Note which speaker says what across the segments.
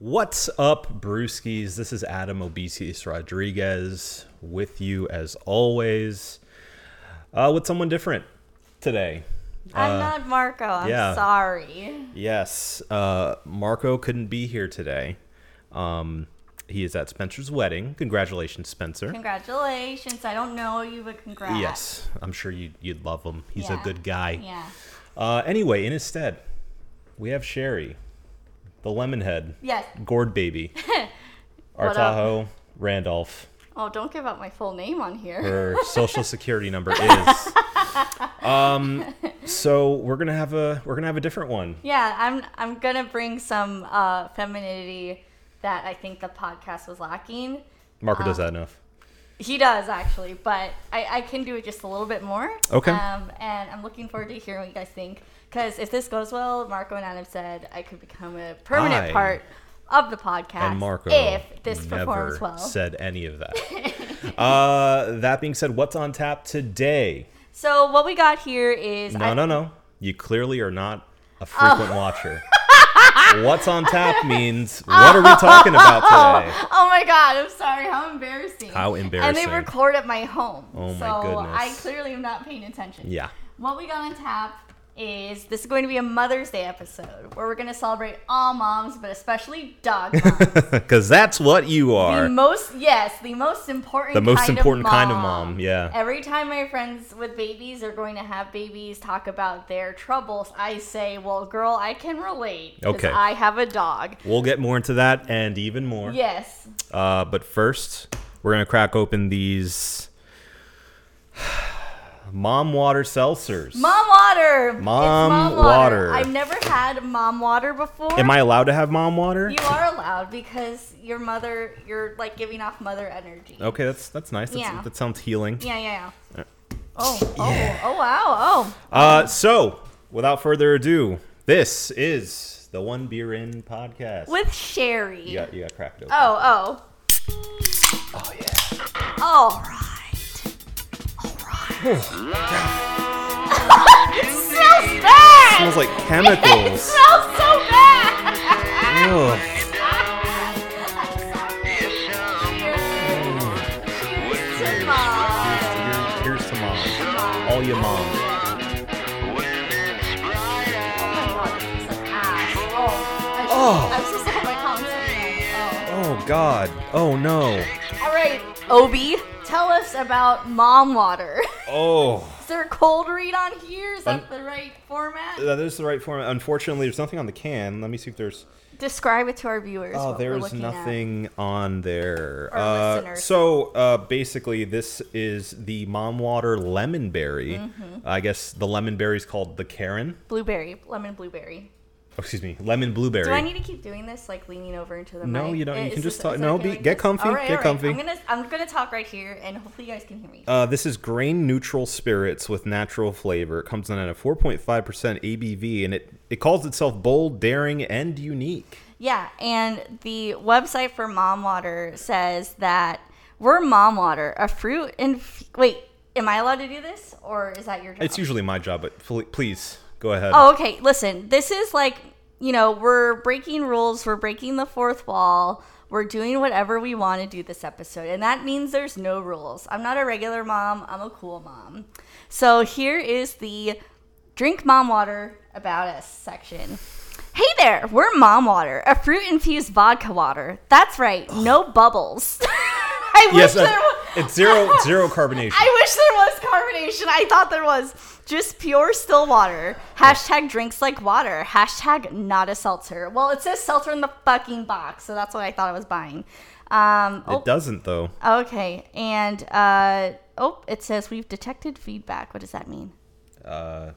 Speaker 1: What's up, Brewskis? This is Adam Obesius Rodriguez with you as always uh, with someone different today.
Speaker 2: I'm not Marco. I'm
Speaker 1: Uh, yeah.
Speaker 2: sorry.
Speaker 1: Yes, uh, Marco couldn't be here today. Um, he is at Spencer's wedding. Congratulations, Spencer.
Speaker 2: Congratulations. I don't know you, but congrats.
Speaker 1: Yes, I'm sure you'd, you'd love him. He's a
Speaker 2: Yeah.
Speaker 1: good guy.
Speaker 2: Yeah.
Speaker 1: Uh, anyway, in his stead, we have Sherry, the Lemonhead,
Speaker 2: Yes.
Speaker 1: Gourd Baby,
Speaker 2: What up?
Speaker 1: Artajo, Randolph.
Speaker 2: Oh, don't give out my full name on here.
Speaker 1: Her social security number is. Um, so we're gonna have a we're gonna have a different one.
Speaker 2: Yeah, I'm I'm gonna bring some uh, femininity that I think the podcast was lacking.
Speaker 1: Marco does
Speaker 2: Uh,
Speaker 1: that enough.
Speaker 2: He does actually, but I, I can do it just a little bit more.
Speaker 1: Okay.
Speaker 2: Um, and I'm looking forward to hearing what you guys think. Because if this goes well, Marco and Adam said I could become a permanent
Speaker 1: I-
Speaker 2: part of the podcast.
Speaker 1: and Marco
Speaker 2: if this
Speaker 1: never
Speaker 2: performs well.
Speaker 1: said any of that. uh, that being said, what's on tap today?
Speaker 2: so what we got here is
Speaker 1: No,
Speaker 2: I- Oh.
Speaker 1: no, no. You clearly are not a frequent watcher. what's on tap means what are we talking about today?
Speaker 2: Oh my god, I'm sorry. How embarrassing.
Speaker 1: How
Speaker 2: And they
Speaker 1: embarrassing.
Speaker 2: record at my home.
Speaker 1: Oh my
Speaker 2: so
Speaker 1: goodness.
Speaker 2: I clearly am not paying attention.
Speaker 1: Yeah.
Speaker 2: What we got on tap is this is going to be a Mother's Day episode where we're going to celebrate all moms, but especially dog moms.
Speaker 1: Because that's what you
Speaker 2: the
Speaker 1: are.
Speaker 2: most, yes, the most important
Speaker 1: The most
Speaker 2: kind
Speaker 1: important
Speaker 2: of mom.
Speaker 1: kind of mom, yeah.
Speaker 2: Every time my friends with babies are going to have babies talk about their troubles, I say, well, girl, I can relate. 'cause
Speaker 1: Okay.
Speaker 2: I have a dog.
Speaker 1: We'll get more into that and even more.
Speaker 2: Yes.
Speaker 1: Uh, but first, we're going to crack open these mom water seltzers.
Speaker 2: Mom water. It's
Speaker 1: Mom water.
Speaker 2: I've never had mom water before.
Speaker 1: Am I allowed to have mom water?
Speaker 2: You are allowed because your mother, you're like giving off mother energy.
Speaker 1: Okay, that's that's nice. That's,
Speaker 2: Yeah.
Speaker 1: That sounds healing.
Speaker 2: Yeah, yeah, yeah. Oh, oh, oh, wow, oh.
Speaker 1: Uh, so, without further ado, this is the One Beer In podcast.
Speaker 2: With Sherry.
Speaker 1: you, got, you got cracked open.
Speaker 2: Oh, oh.
Speaker 1: Oh, yeah.
Speaker 2: All right.
Speaker 1: Hmm.
Speaker 2: All right. it smells bad.
Speaker 1: smells like
Speaker 2: It
Speaker 1: chemicals.
Speaker 2: smells so bad.
Speaker 1: Ugh.
Speaker 2: Cheers to
Speaker 1: Here-
Speaker 2: mom.
Speaker 1: Here's to mom. All your mom. Oh.
Speaker 2: Oh. I was just on my comments. Oh.
Speaker 1: Oh, God. Oh, no.
Speaker 2: All right, Obi, tell us about mom water.
Speaker 1: Oh.
Speaker 2: Is there a cold read on here? Is
Speaker 1: Un-
Speaker 2: that the right format?
Speaker 1: That is the right format. Unfortunately, there's nothing on the can. Let me see if there's.
Speaker 2: Describe it to our viewers.
Speaker 1: Oh,
Speaker 2: what we're
Speaker 1: there's
Speaker 2: looking at.
Speaker 1: nothing on there.
Speaker 2: Our
Speaker 1: Uh,
Speaker 2: listeners.
Speaker 1: so uh, basically, this is the mom water lemon berry.
Speaker 2: Mm-hmm.
Speaker 1: I guess the lemon berry is called the Karen.
Speaker 2: Blueberry, lemon blueberry.
Speaker 1: Oh, excuse me, lemon blueberry.
Speaker 2: Do I need to keep doing this, like leaning over into the
Speaker 1: No,
Speaker 2: mic?
Speaker 1: you don't. You
Speaker 2: Is
Speaker 1: can
Speaker 2: this-
Speaker 1: just talk-
Speaker 2: is it
Speaker 1: no,
Speaker 2: okay
Speaker 1: be-
Speaker 2: like
Speaker 1: get
Speaker 2: this?
Speaker 1: comfy,
Speaker 2: All right,
Speaker 1: get
Speaker 2: all right.
Speaker 1: comfy.
Speaker 2: I'm gonna, I'm gonna talk right here, and hopefully you guys can hear me.
Speaker 1: uh, this is grain neutral spirits with natural flavor. It comes in at a 4.5% ABV, and it, it calls itself bold, daring, and unique.
Speaker 2: Yeah, and the website for Mom Water says that we're Mom Water, a fruit and f- wait, am I allowed to do this or is that your job?
Speaker 1: It's usually my job, but fl- please go ahead.
Speaker 2: oh, okay. Listen, this is like you know we're breaking rules, we're breaking the fourth wall, we're doing whatever we want to do this episode, and that means there's no rules. I'm not a regular mom, I'm a cool mom. So here is the drink mom water about us section. Hey there, we're Mom Water, a fruit infused vodka water. That's right, no bubbles. I wish
Speaker 1: yes,
Speaker 2: there
Speaker 1: uh,
Speaker 2: was.
Speaker 1: it's zero zero carbonation.
Speaker 2: I wish there was carbonation. I thought there was. Just pure still water. Hashtag drinks like water. Hashtag not a seltzer. Well, it says seltzer in the fucking box, so that's what I thought I was buying. Um,
Speaker 1: it doesn't though.
Speaker 2: oh, okay. And uh, oh, it says we've detected feedback. What does that mean?
Speaker 1: Uh,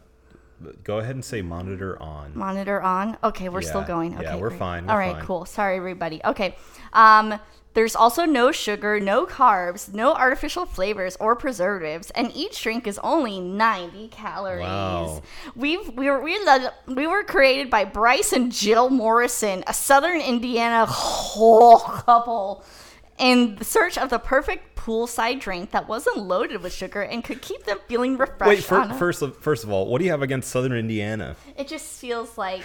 Speaker 1: go ahead and say monitor on.
Speaker 2: Monitor on. Okay, we're still
Speaker 1: Yeah.
Speaker 2: going.
Speaker 1: Yeah,
Speaker 2: Okay,
Speaker 1: we're
Speaker 2: great.
Speaker 1: fine,
Speaker 2: All
Speaker 1: we're
Speaker 2: right,
Speaker 1: fine.
Speaker 2: cool. Sorry, everybody. Okay. Um, there's also no sugar, no carbs, no artificial flavors or preservatives, and each drink is only 90 calories.
Speaker 1: Wow.
Speaker 2: We've we were we, lo- we were created by Bryce and Jill Morrison, a Southern Indiana whole couple, in the search of the perfect poolside drink that wasn't loaded with sugar and could keep them feeling refreshed.
Speaker 1: Wait, fir-
Speaker 2: on a-
Speaker 1: first of, first of all, what do you have against Southern Indiana?
Speaker 2: it just feels like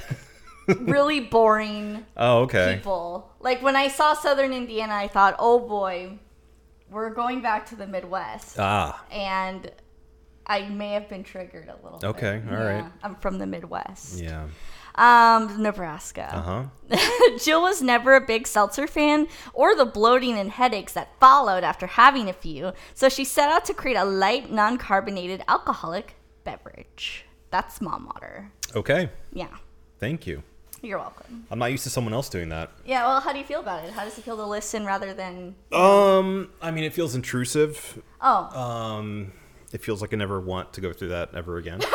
Speaker 2: really boring
Speaker 1: Oh, okay.
Speaker 2: people. Like when I saw Southern Indiana, I thought, oh boy, we're going back to the Midwest.
Speaker 1: Ah,
Speaker 2: and I may have been triggered a little.
Speaker 1: Okay,
Speaker 2: bit.
Speaker 1: all
Speaker 2: Yeah,
Speaker 1: right.
Speaker 2: I'm from the Midwest.
Speaker 1: yeah.
Speaker 2: Um, Nebraska.
Speaker 1: Uh huh.
Speaker 2: Jill was never a big seltzer fan or the bloating and headaches that followed after having a few, so she set out to create a light, non carbonated alcoholic beverage. That's mom water.
Speaker 1: Okay.
Speaker 2: Yeah,
Speaker 1: Thank you.
Speaker 2: you're welcome.
Speaker 1: I'm not used to someone else doing that.
Speaker 2: Yeah, well, how do you feel about it? How does it feel to listen rather than.
Speaker 1: Um, I mean, it feels intrusive.
Speaker 2: Oh,
Speaker 1: Um, it feels like I never want to go through that ever again.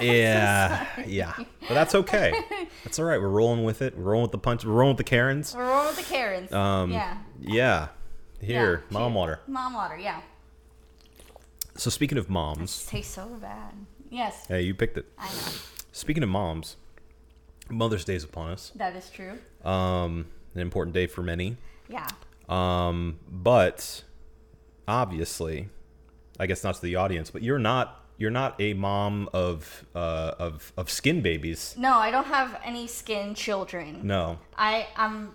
Speaker 1: yeah, yeah, but that's okay. That's all right. We're rolling with it. We're rolling with the punch. We're rolling with the Karens.
Speaker 2: we're rolling with the Karens.
Speaker 1: Um,
Speaker 2: yeah.
Speaker 1: Yeah. Here,
Speaker 2: Yeah,
Speaker 1: mom
Speaker 2: cheers.
Speaker 1: water.
Speaker 2: Mom water, yeah.
Speaker 1: So speaking of moms,
Speaker 2: tastes so bad. Yes,
Speaker 1: hey, you picked it.
Speaker 2: I know.
Speaker 1: Speaking of moms, Mother's Day is upon us.
Speaker 2: That is true.
Speaker 1: Um, an important day for many.
Speaker 2: Yeah.
Speaker 1: Um, but obviously, I guess not to the audience, but you're not you're not a mom of uh, of of skin babies.
Speaker 2: No, I don't have any skin children.
Speaker 1: No.
Speaker 2: I um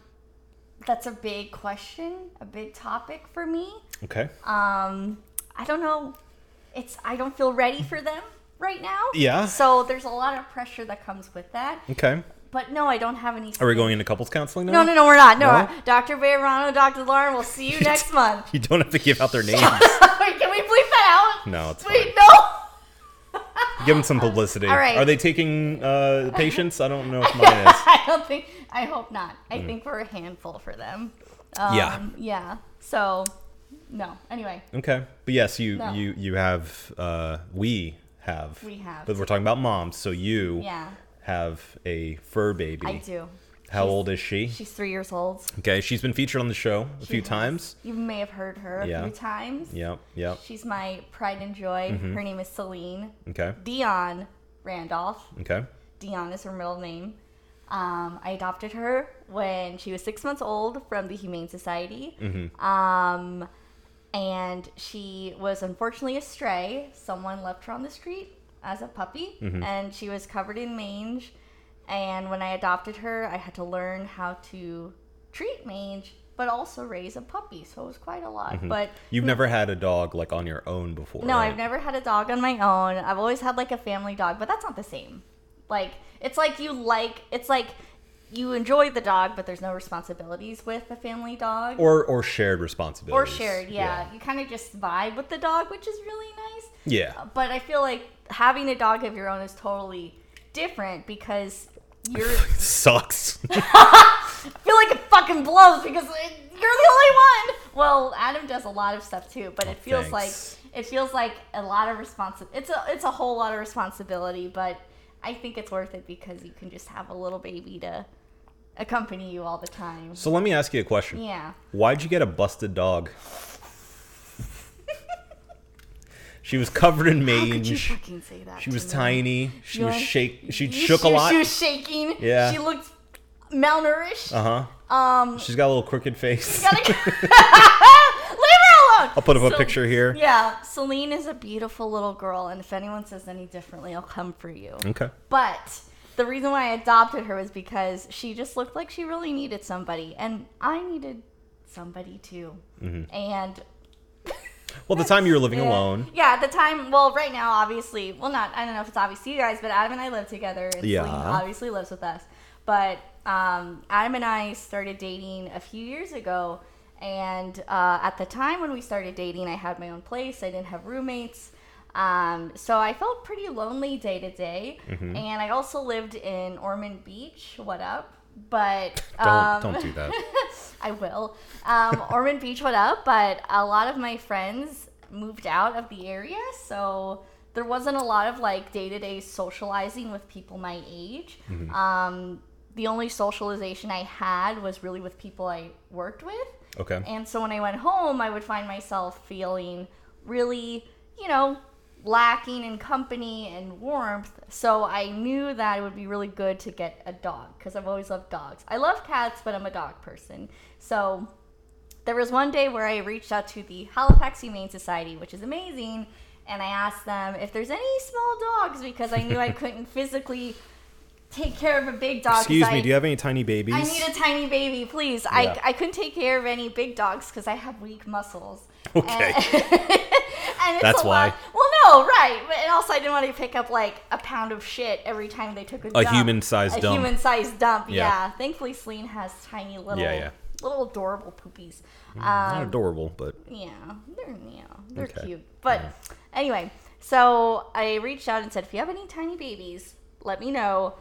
Speaker 2: that's a big question, a big topic for me.
Speaker 1: Okay.
Speaker 2: Um I don't know. It's I don't feel ready for them right now.
Speaker 1: Yeah.
Speaker 2: So there's a lot of pressure that comes with that.
Speaker 1: Okay.
Speaker 2: But no, I don't have any
Speaker 1: Are we
Speaker 2: skin-
Speaker 1: going into couples counseling now?
Speaker 2: No, no, no, we're not. No.
Speaker 1: No?
Speaker 2: we're not. Dr. Bayerano, Dr. Lauren, we'll see you next month.
Speaker 1: You don't have to give out their names.
Speaker 2: Wait, can we bleep that out?
Speaker 1: No, it's
Speaker 2: Wait, no.
Speaker 1: give them some publicity.
Speaker 2: All right.
Speaker 1: Are they taking uh, patients? I don't know if mine is.
Speaker 2: I don't think. I hope not. I think we're a handful for them. Um,
Speaker 1: Mm. Yeah.
Speaker 2: Yeah. So, no. Anyway,
Speaker 1: Okay, but yes, you
Speaker 2: No.
Speaker 1: you you have uh, we have
Speaker 2: We have.
Speaker 1: but we're talking about moms, so you
Speaker 2: yeah,
Speaker 1: have a fur baby.
Speaker 2: I do.
Speaker 1: How old is she?
Speaker 2: She's three years old.
Speaker 1: Okay, she's been featured on the show a few
Speaker 2: has-
Speaker 1: times.
Speaker 2: You may have heard her a
Speaker 1: Yeah. Mm-hmm.
Speaker 2: few times.
Speaker 1: Yep, yep.
Speaker 2: She's my pride and joy. Her name is Celine
Speaker 1: Okay,
Speaker 2: Dion Randolph.
Speaker 1: okay.
Speaker 2: Dion is her middle name. Um, I adopted her when she was six months old from the Humane Society. Um, and she was unfortunately a stray. Someone left her on the street as a puppy, and she was covered in mange. And when I adopted her, I had to learn how to treat mange, but also raise a puppy. So it was quite a lot. But
Speaker 1: You've never had a dog like on your own before.
Speaker 2: no,
Speaker 1: right?
Speaker 2: I've never had a dog on my own. I've always had like a family dog, but that's not the same. Like it's like you like it's like you enjoy the dog, but there's no responsibilities with the family dog
Speaker 1: Or or shared
Speaker 2: Or
Speaker 1: responsibilities.
Speaker 2: shared. Yeah, you kind of just vibe with the dog, which is really nice.
Speaker 1: Yeah.
Speaker 2: But I feel like having a dog of your own is totally different because you're. I
Speaker 1: Sucks.
Speaker 2: feel like it fucking blows because it, you're the only one. Well, Adam does a lot of stuff too, but it feels
Speaker 1: Oh, thanks.
Speaker 2: like it feels like a lot of responsi It's a it's a whole lot of responsibility, but I think it's worth it because you can just have a little baby to accompany you all the time.
Speaker 1: so let me ask you a question.
Speaker 2: Yeah.
Speaker 1: Why'd you get a busted dog? she was covered in
Speaker 2: How could you
Speaker 1: mange.
Speaker 2: fucking say that?
Speaker 1: She was
Speaker 2: to me?
Speaker 1: tiny. She was
Speaker 2: You're-
Speaker 1: shake. She
Speaker 2: You-
Speaker 1: shook a lot.
Speaker 2: She was shaking.
Speaker 1: Yeah.
Speaker 2: She looked malnourished.
Speaker 1: Uh huh.
Speaker 2: Um,
Speaker 1: She's got a little crooked face.
Speaker 2: gotta leave her alone.
Speaker 1: I'll put up a
Speaker 2: So-
Speaker 1: picture here.
Speaker 2: Yeah, Celine is a beautiful little girl, and if anyone says any differently, I'll come for you.
Speaker 1: Okay.
Speaker 2: But the reason why I adopted her was because she just looked like she really needed somebody, and I needed somebody too. And
Speaker 1: Well, the time you were living
Speaker 2: yeah.
Speaker 1: alone.
Speaker 2: Yeah, at the time, well, right now, obviously, well, not, I don't know if it's obvious to you guys, but Adam and I live together. And
Speaker 1: Yeah.
Speaker 2: Celine obviously lives with us. But um, Adam and I started dating a few years ago. And uh, at the time when we started dating, I had my own place, I didn't have roommates. Um, so I felt pretty lonely day to day.
Speaker 1: Mm-hmm.
Speaker 2: And I also lived in Ormond Beach. What up? But
Speaker 1: Don't
Speaker 2: um,
Speaker 1: don't do that.
Speaker 2: I will. Um, Ormond Beach, what up? But a lot of my friends moved out of the area, so there wasn't a lot of like day to day socializing with people my age. Um, the only socialization I had was really with people I worked with.
Speaker 1: Okay.
Speaker 2: And so when I went home, I would find myself feeling really, you know, lacking in company and warmth. So I knew that it would be really good to get a dog because I've always loved dogs. I love cats, but I'm a dog person. So there was one day where I reached out to the Halifax Humane Society, which is amazing, and I asked them if there's any small dogs because I knew I couldn't physically take care of a big dog. 'cause
Speaker 1: Excuse me,
Speaker 2: I-
Speaker 1: do you have any tiny babies?
Speaker 2: I need a tiny baby, please.
Speaker 1: Yeah.
Speaker 2: I, I couldn't take care of any big dogs because I have weak muscles.
Speaker 1: Okay.
Speaker 2: And, and it's
Speaker 1: That's
Speaker 2: a
Speaker 1: why.
Speaker 2: Lot. Well, no, right. But, and also, I didn't want to pick up like a pound of shit every time they took a, dump.
Speaker 1: human-sized
Speaker 2: a
Speaker 1: dump.
Speaker 2: human-sized dump. Yeah.
Speaker 1: Yeah.
Speaker 2: Thankfully, Celine has tiny little,
Speaker 1: Yeah, Mm, yeah.
Speaker 2: little adorable poopies.
Speaker 1: Not adorable, but
Speaker 2: Yeah, they're you know, they're
Speaker 1: Okay.
Speaker 2: cute. But anyway, so I reached out and said, if you have any tiny babies, let me know.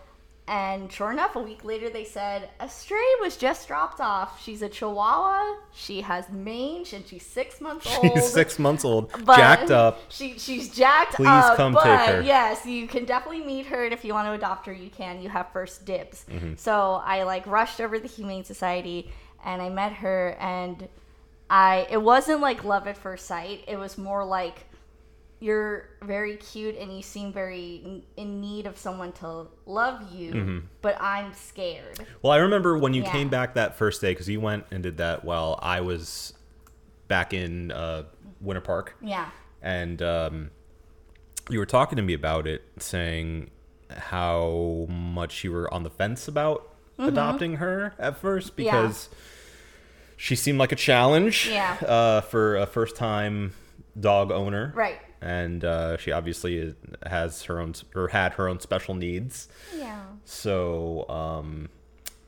Speaker 2: And sure enough, a week later, they said a stray was just dropped off. She's a Chihuahua. She has mange, and she's six months old.
Speaker 1: she's six months old,
Speaker 2: But
Speaker 1: jacked up.
Speaker 2: She she's jacked
Speaker 1: Please
Speaker 2: up.
Speaker 1: come
Speaker 2: but
Speaker 1: take her.
Speaker 2: Yes, you can definitely meet her, and if you want to adopt her, you can. You have first dibs.
Speaker 1: Mm-hmm.
Speaker 2: So I like rushed over to the Humane Society, and I met her, and I it wasn't like love at first sight. It was more like you're very cute and you seem very in- in need of someone to love you,
Speaker 1: Mm-hmm.
Speaker 2: but I'm scared.
Speaker 1: Well, I remember when you
Speaker 2: Yeah.
Speaker 1: came back that first day because you went and did that while I was back in uh, Winter Park,
Speaker 2: Yeah.
Speaker 1: and um, you were talking to me about it, saying how much you were on the fence about
Speaker 2: Mm-hmm.
Speaker 1: adopting her at first because she seemed like a challenge
Speaker 2: Yeah.
Speaker 1: uh, for a first-time dog owner,
Speaker 2: Right.
Speaker 1: And uh, she obviously has her own or had her own special needs.
Speaker 2: Yeah.
Speaker 1: So, um,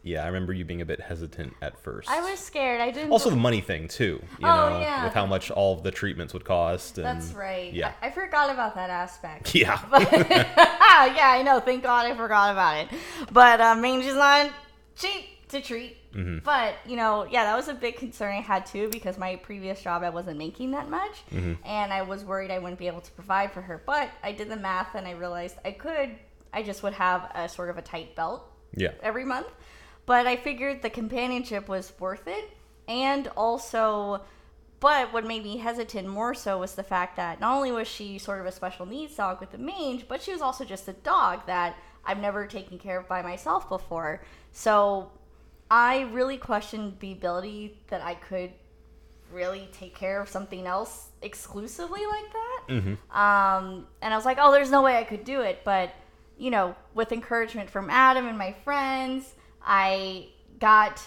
Speaker 1: yeah, I remember you being a bit hesitant at first.
Speaker 2: I was scared. I didn't
Speaker 1: also the money thing too. You
Speaker 2: Oh,
Speaker 1: know,
Speaker 2: yeah.
Speaker 1: with how much all of the treatments would cost. And,
Speaker 2: That's right.
Speaker 1: mm, Yeah.
Speaker 2: I, I forgot about that aspect.
Speaker 1: Yeah.
Speaker 2: Ah, yeah, I know. Thank God I forgot about it. But uh, mange is not cheap to treat. But you know, yeah, that was a big concern I had too because my previous job I wasn't making that much, and I was worried I wouldn't be able to provide for her. But I did the math and I realized I could. I just would have a sort of a tight belt
Speaker 1: yeah.
Speaker 2: every month. But I figured the companionship was worth it. And also, but what made me hesitant more so was the fact that not only was she sort of a special needs dog with a mange, but she was also just a dog that I've never taken care of by myself before. So I really questioned the ability that I could really take care of something else exclusively like that. Um, and I was like, oh, there's no way I could do it. But, you know, with encouragement from Adam and my friends, I got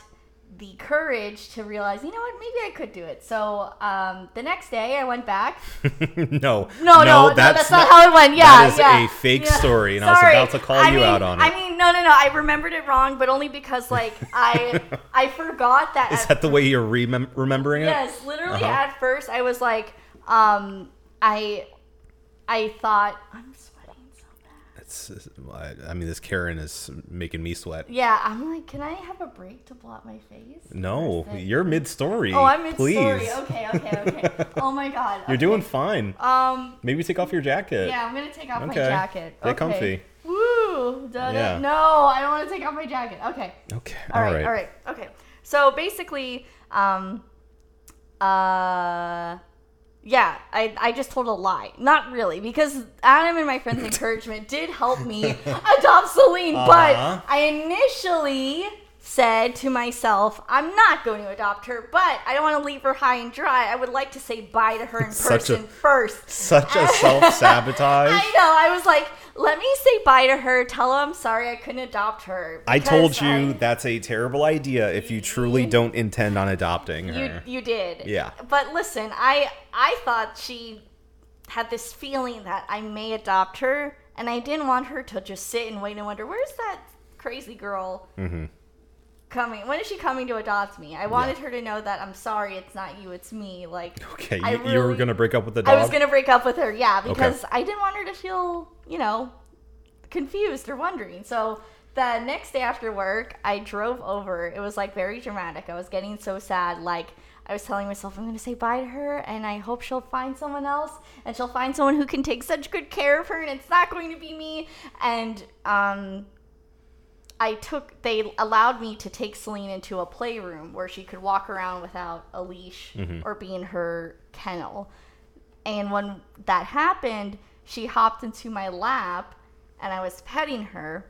Speaker 2: the courage to realize, you know what, maybe I could do it. So um, the next day I went back.
Speaker 1: no.
Speaker 2: No, no, no, that's, not, how it went. Yeah,
Speaker 1: that is
Speaker 2: yeah.
Speaker 1: a fake
Speaker 2: Yeah.
Speaker 1: story, and I was
Speaker 2: Sorry.
Speaker 1: about to call
Speaker 2: I
Speaker 1: you
Speaker 2: mean-
Speaker 1: out on it.
Speaker 2: I mean, no, no, no. I remembered it wrong, but only because like I, I forgot that.
Speaker 1: Is
Speaker 2: at
Speaker 1: that the way you're remem- remembering it?
Speaker 2: Yes, literally
Speaker 1: Uh-huh.
Speaker 2: at first I was like, um, I I thought I'm sweating so bad.
Speaker 1: It's, I I mean, this Karen is making me sweat.
Speaker 2: Yeah, I'm like, can I have a break to blot my face?
Speaker 1: No,
Speaker 2: Or is it-
Speaker 1: you're mid story.
Speaker 2: Oh, I'm in
Speaker 1: Please.
Speaker 2: story. Okay, okay, okay. oh my god.
Speaker 1: You're doing fine.
Speaker 2: Um.
Speaker 1: Maybe take off your jacket.
Speaker 2: Yeah, I'm gonna take off my
Speaker 1: Okay.
Speaker 2: jacket.
Speaker 1: Get
Speaker 2: okay.
Speaker 1: comfy.
Speaker 2: Woo! Done
Speaker 1: Yeah.
Speaker 2: it. No, I don't want to take off my jacket. Okay.
Speaker 1: Okay.
Speaker 2: all right, all right, okay. So basically, um, uh, yeah, I, I just told a lie. Not really, because Adam and my friend's encouragement did help me adopt Celine,
Speaker 1: Uh-huh.
Speaker 2: but I initially said to myself, I'm not going to adopt her, but I don't want to leave her high and dry. I would like to say bye to her in
Speaker 1: Such a-
Speaker 2: person first.
Speaker 1: Such a self sabotage.
Speaker 2: I know. I was like, let me say bye to her. Tell her I'm sorry I couldn't adopt her.
Speaker 1: I
Speaker 2: because
Speaker 1: told you
Speaker 2: I-
Speaker 1: that's a terrible idea if you truly don't intend on adopting
Speaker 2: You
Speaker 1: her.
Speaker 2: you did.
Speaker 1: Yeah.
Speaker 2: But listen, I I thought she had this feeling that I may adopt her, and I didn't want her to just sit and wait and wonder where's that crazy girl
Speaker 1: Mm-hmm.
Speaker 2: coming. When is she coming to adopt me? I wanted her to know that I'm sorry, it's not you, it's me. Like
Speaker 1: okay, you,
Speaker 2: I
Speaker 1: you were
Speaker 2: really-
Speaker 1: gonna break up with the dog.
Speaker 2: I was gonna break up with her, yeah, because I didn't want her to feel, you know, confused or wondering. So the next day after work, I drove over. It was like very dramatic. I was getting so sad. Like I was telling myself, I'm gonna say bye to her, and I hope she'll find someone else, and she'll find someone who can take such good care of her, and it's not going to be me. And um, I took they allowed me to take Celine into a playroom where she could walk around without a leash
Speaker 1: Mm-hmm.
Speaker 2: or be in her kennel. And when that happened, she hopped into my lap and I was petting her.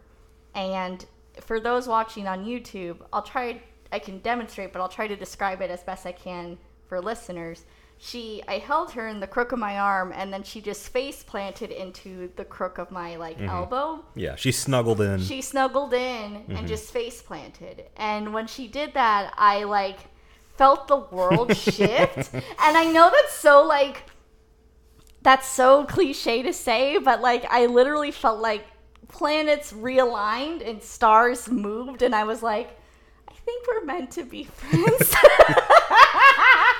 Speaker 2: And for those watching on YouTube, I'll try I can demonstrate, but I'll try to describe it as best I can for listeners. she I held her in the crook of my arm and then she just face planted into the crook of my like elbow.
Speaker 1: Yeah, she snuggled in.
Speaker 2: She snuggled in and just face planted. And when she did that, I like felt the world shift. And I know that's so like that's so cliche to say, but like I literally felt like planets realigned and stars moved and I was like I think we're meant to be friends.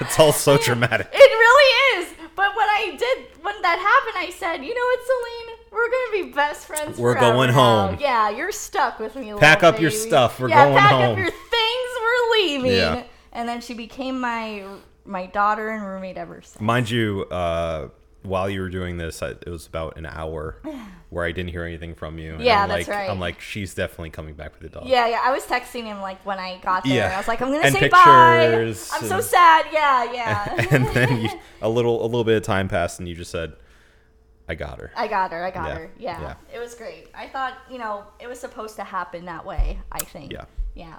Speaker 1: it's all so dramatic.
Speaker 2: It really is. But when I did, when that happened, I said, you know what, Celine? We're going to be best friends.
Speaker 1: We're
Speaker 2: forever
Speaker 1: going
Speaker 2: now."
Speaker 1: home.
Speaker 2: Yeah, you're stuck with me.
Speaker 1: Pack
Speaker 2: little
Speaker 1: up your
Speaker 2: baby.
Speaker 1: stuff. We're
Speaker 2: yeah,
Speaker 1: going
Speaker 2: pack
Speaker 1: home.
Speaker 2: up your things. We're leaving.
Speaker 1: Yeah.
Speaker 2: And then she became my my daughter and roommate ever since.
Speaker 1: Mind you, uh, while you were doing this, I, it was about an hour where I didn't hear anything from you. and
Speaker 2: Yeah,
Speaker 1: I'm
Speaker 2: that's
Speaker 1: like,
Speaker 2: right.
Speaker 1: I'm like, she's definitely coming back with the dog.
Speaker 2: Yeah, yeah. I was texting him like when I got there.
Speaker 1: Yeah.
Speaker 2: I was like, I'm gonna
Speaker 1: And
Speaker 2: say bye.
Speaker 1: pictures
Speaker 2: I'm so
Speaker 1: and-
Speaker 2: sad. Yeah, yeah.
Speaker 1: and then you, a little a little bit of time passed, and you just said, "I got her."
Speaker 2: I got her. I got
Speaker 1: Yeah,
Speaker 2: her. Yeah.
Speaker 1: yeah.
Speaker 2: It was great. I thought, you know, it was supposed to happen that way, I think.
Speaker 1: Yeah.
Speaker 2: Yeah.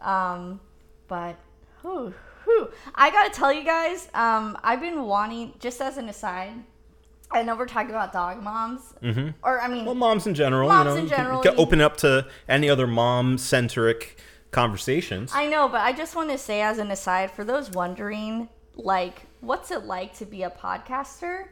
Speaker 2: Um, but whew, whew. I got to tell you guys, um, I've been wanting just as an aside, I know we're talking about dog moms
Speaker 1: Mm-hmm.
Speaker 2: or I mean
Speaker 1: Well, moms in general,
Speaker 2: Moms
Speaker 1: you know,
Speaker 2: in
Speaker 1: you can-
Speaker 2: general,
Speaker 1: you can
Speaker 2: you-
Speaker 1: open up to any other mom-centric conversations.
Speaker 2: I know, but I just want to say as an aside for those wondering, like, what's it like to be a podcaster?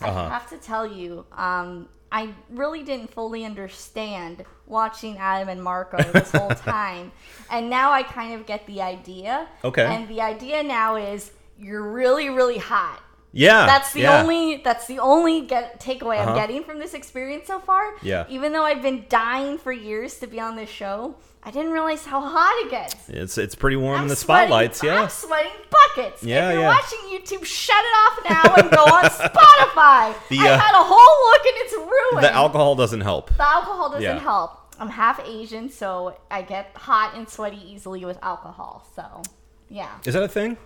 Speaker 1: Uh-huh.
Speaker 2: I have to tell you, um, I really didn't fully understand watching Adam and Marco this whole time, and now I kind of get the idea.
Speaker 1: Okay.
Speaker 2: And the idea now is you're really, really hot.
Speaker 1: yeah,
Speaker 2: That's the
Speaker 1: Ah, yeah.
Speaker 2: only that's the only get takeaway I'm
Speaker 1: Uh-huh.
Speaker 2: getting from this experience so far.
Speaker 1: Yeah.
Speaker 2: Even though I've been dying for years to be on this show, I didn't realize how hot it gets.
Speaker 1: It's it's pretty warm in
Speaker 2: I'm
Speaker 1: the spotlights.
Speaker 2: sweating,
Speaker 1: yeah,
Speaker 2: I'm sweating buckets.
Speaker 1: Yeah,
Speaker 2: if you're
Speaker 1: yeah.
Speaker 2: watching YouTube, shut it off now and go on Spotify.
Speaker 1: The,
Speaker 2: I
Speaker 1: uh,
Speaker 2: had a whole look and it's ruined.
Speaker 1: the alcohol doesn't help.
Speaker 2: The alcohol doesn't
Speaker 1: Yeah.
Speaker 2: help. I'm half Asian, so I get hot and sweaty easily with alcohol. So, yeah,
Speaker 1: Is that a thing?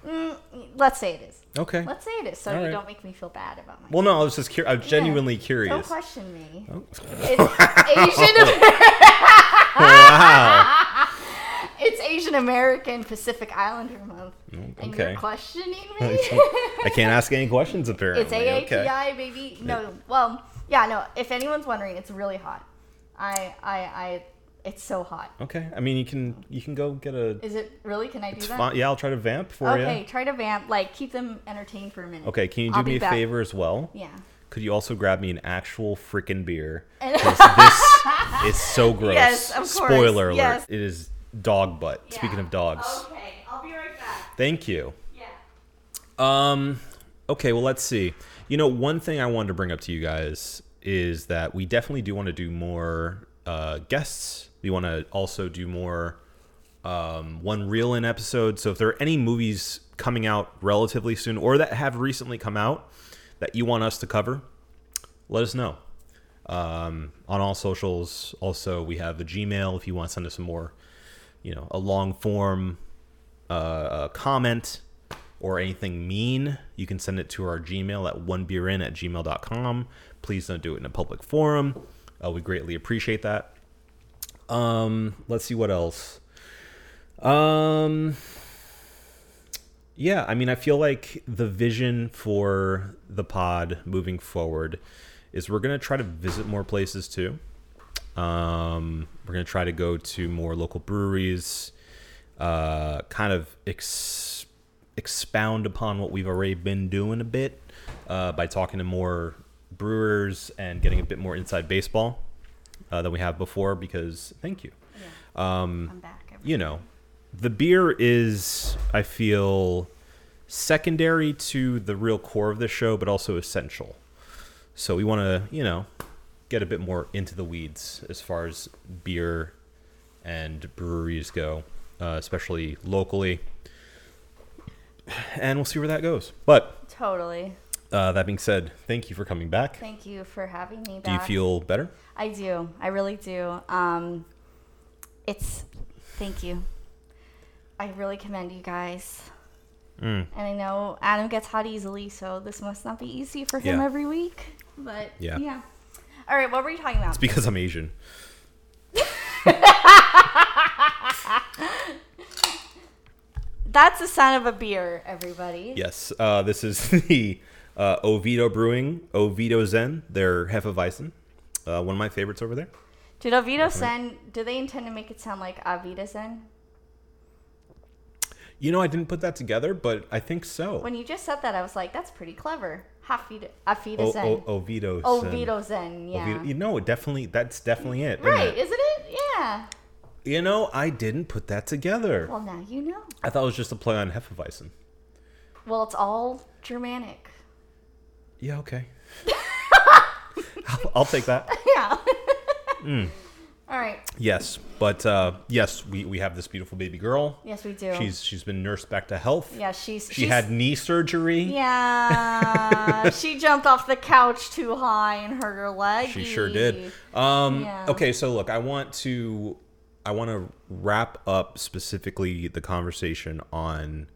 Speaker 2: let's say it is.
Speaker 1: Okay.
Speaker 2: Mm, Let's say it is, so
Speaker 1: All
Speaker 2: you
Speaker 1: right.
Speaker 2: don't make me feel bad about myself.
Speaker 1: Well, no, I was just curious. I was genuinely
Speaker 2: Don't
Speaker 1: curious.
Speaker 2: question me.
Speaker 1: Oh.
Speaker 2: It's Asian.
Speaker 1: wow.
Speaker 2: it's Asian American Pacific Islander month, and
Speaker 1: Mm, okay.
Speaker 2: you're questioning me.
Speaker 1: I can't ask any questions apparently.
Speaker 2: It's AAPI,
Speaker 1: Okay.
Speaker 2: baby. No, well, yeah, no. If anyone's wondering, it's really hot. I, I, I. It's so hot.
Speaker 1: Okay. I mean, you can you can go get a.
Speaker 2: Is it really? Can I do that?
Speaker 1: fi- yeah, I'll try to vamp for
Speaker 2: Okay,
Speaker 1: you.
Speaker 2: try to vamp. Like, keep them entertained for a minute.
Speaker 1: Okay. Can you do
Speaker 2: I'll
Speaker 1: me
Speaker 2: be
Speaker 1: a
Speaker 2: back.
Speaker 1: favor as well?
Speaker 2: Yeah.
Speaker 1: Could you also grab me an actual freaking beer?
Speaker 2: And-
Speaker 1: 'Cause this is so gross.
Speaker 2: Yes, of course.
Speaker 1: Spoiler alert.
Speaker 2: Yes. Oh.
Speaker 1: It is dog butt. Speaking of dogs.
Speaker 2: Okay, I'll be right back.
Speaker 1: Thank you.
Speaker 2: Yeah.
Speaker 1: Um, okay, well, let's see. You know, one thing I wanted to bring up to you guys is that we definitely do want to do more uh, guests. We want to also do more um, one reel in episodes. So if there are any movies coming out relatively soon or that have recently come out that you want us to cover, let us know. Um, on all socials, also, we have a Gmail if you want to send us some more, you know, a long form uh, a comment or anything mean, you can send it to our Gmail at onebeerin at gmail.com. Please don't do it in a public forum. Uh, we greatly appreciate that. Um, let's see what else. Um, yeah, I mean, I feel like the vision for the pod moving forward is we're going to try to visit more places too. Um, we're going to try to go to more local breweries, uh, kind of ex- expound upon what we've already been doing a bit uh, by talking to more brewers and getting a bit more inside baseball uh, than we have before because thank you
Speaker 2: I'm back.
Speaker 1: Mm. you know, the beer is, I feel, secondary to the real core of the show, but also essential. So we want to, you know, get a bit more into the weeds as far as beer and breweries go, uh, especially locally. And we'll see where that goes. But
Speaker 2: Totally.
Speaker 1: uh, that being said, thank you for coming back.
Speaker 2: Thank you for having me back.
Speaker 1: Do you feel better?
Speaker 2: I do. I really do. Um, it's thank you. I really commend you guys.
Speaker 1: Mm.
Speaker 2: And I know Adam gets hot easily, so this must not be easy for him
Speaker 1: Yeah.
Speaker 2: every week. But
Speaker 1: Yeah.
Speaker 2: yeah. All right, what were you talking about?
Speaker 1: Because I'm Asian.
Speaker 2: That's the sound of a beer, everybody.
Speaker 1: Yes, uh, this is the uh, Oviedo Brewing, Oviedo Zen, their Hefeweizen. Uh, one of my favorites over there.
Speaker 2: Did Oviedo Sen, do they intend to make it sound like Avida Sen?
Speaker 1: You know, I didn't put that together, but I think so.
Speaker 2: When you just said that, I was like, that's pretty clever. Hafida, Afida Zen.
Speaker 1: O- o- Oviedo. Oh, Zen.
Speaker 2: Oviedo Zen, yeah.
Speaker 1: Oviedo- You know, it definitely that's definitely it. isn't
Speaker 2: right,
Speaker 1: it?
Speaker 2: isn't it? Yeah.
Speaker 1: You know, I didn't put that together.
Speaker 2: Well, now you know.
Speaker 1: I thought it was just a play on Hefeweizen.
Speaker 2: Well, it's all Germanic.
Speaker 1: Yeah, okay. I'll, I'll take that.
Speaker 2: Yeah.
Speaker 1: Hmm.
Speaker 2: All right.
Speaker 1: Yes, but uh, yes, we, we have this beautiful baby girl.
Speaker 2: Yes, we do.
Speaker 1: She's she's been nursed back to health.
Speaker 2: yeah, she's
Speaker 1: she
Speaker 2: she's,
Speaker 1: had knee surgery.
Speaker 2: Yeah, she jumped off the couch too high and hurt her leg.
Speaker 1: She sure did. Um,
Speaker 2: Yeah.
Speaker 1: Okay, so look, I want to I want to wrap up specifically the conversation on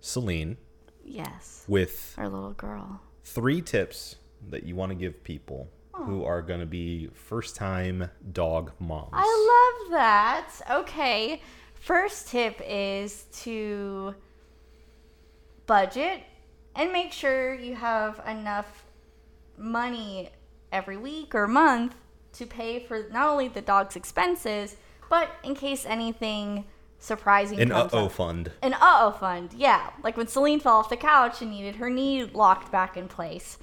Speaker 1: Celine
Speaker 2: Yes,
Speaker 1: with
Speaker 2: our little girl.
Speaker 1: three tips that you want to give people who are going to be first time dog moms.
Speaker 2: I love that. Okay. First tip is to budget and make sure you have enough money every week or month to pay for not only the dog's expenses, but in case anything surprising
Speaker 1: an uh
Speaker 2: comes
Speaker 1: oh
Speaker 2: up.
Speaker 1: fund.
Speaker 2: An uh oh fund, yeah. Like when Celine fell off the couch and needed her knee locked back in place.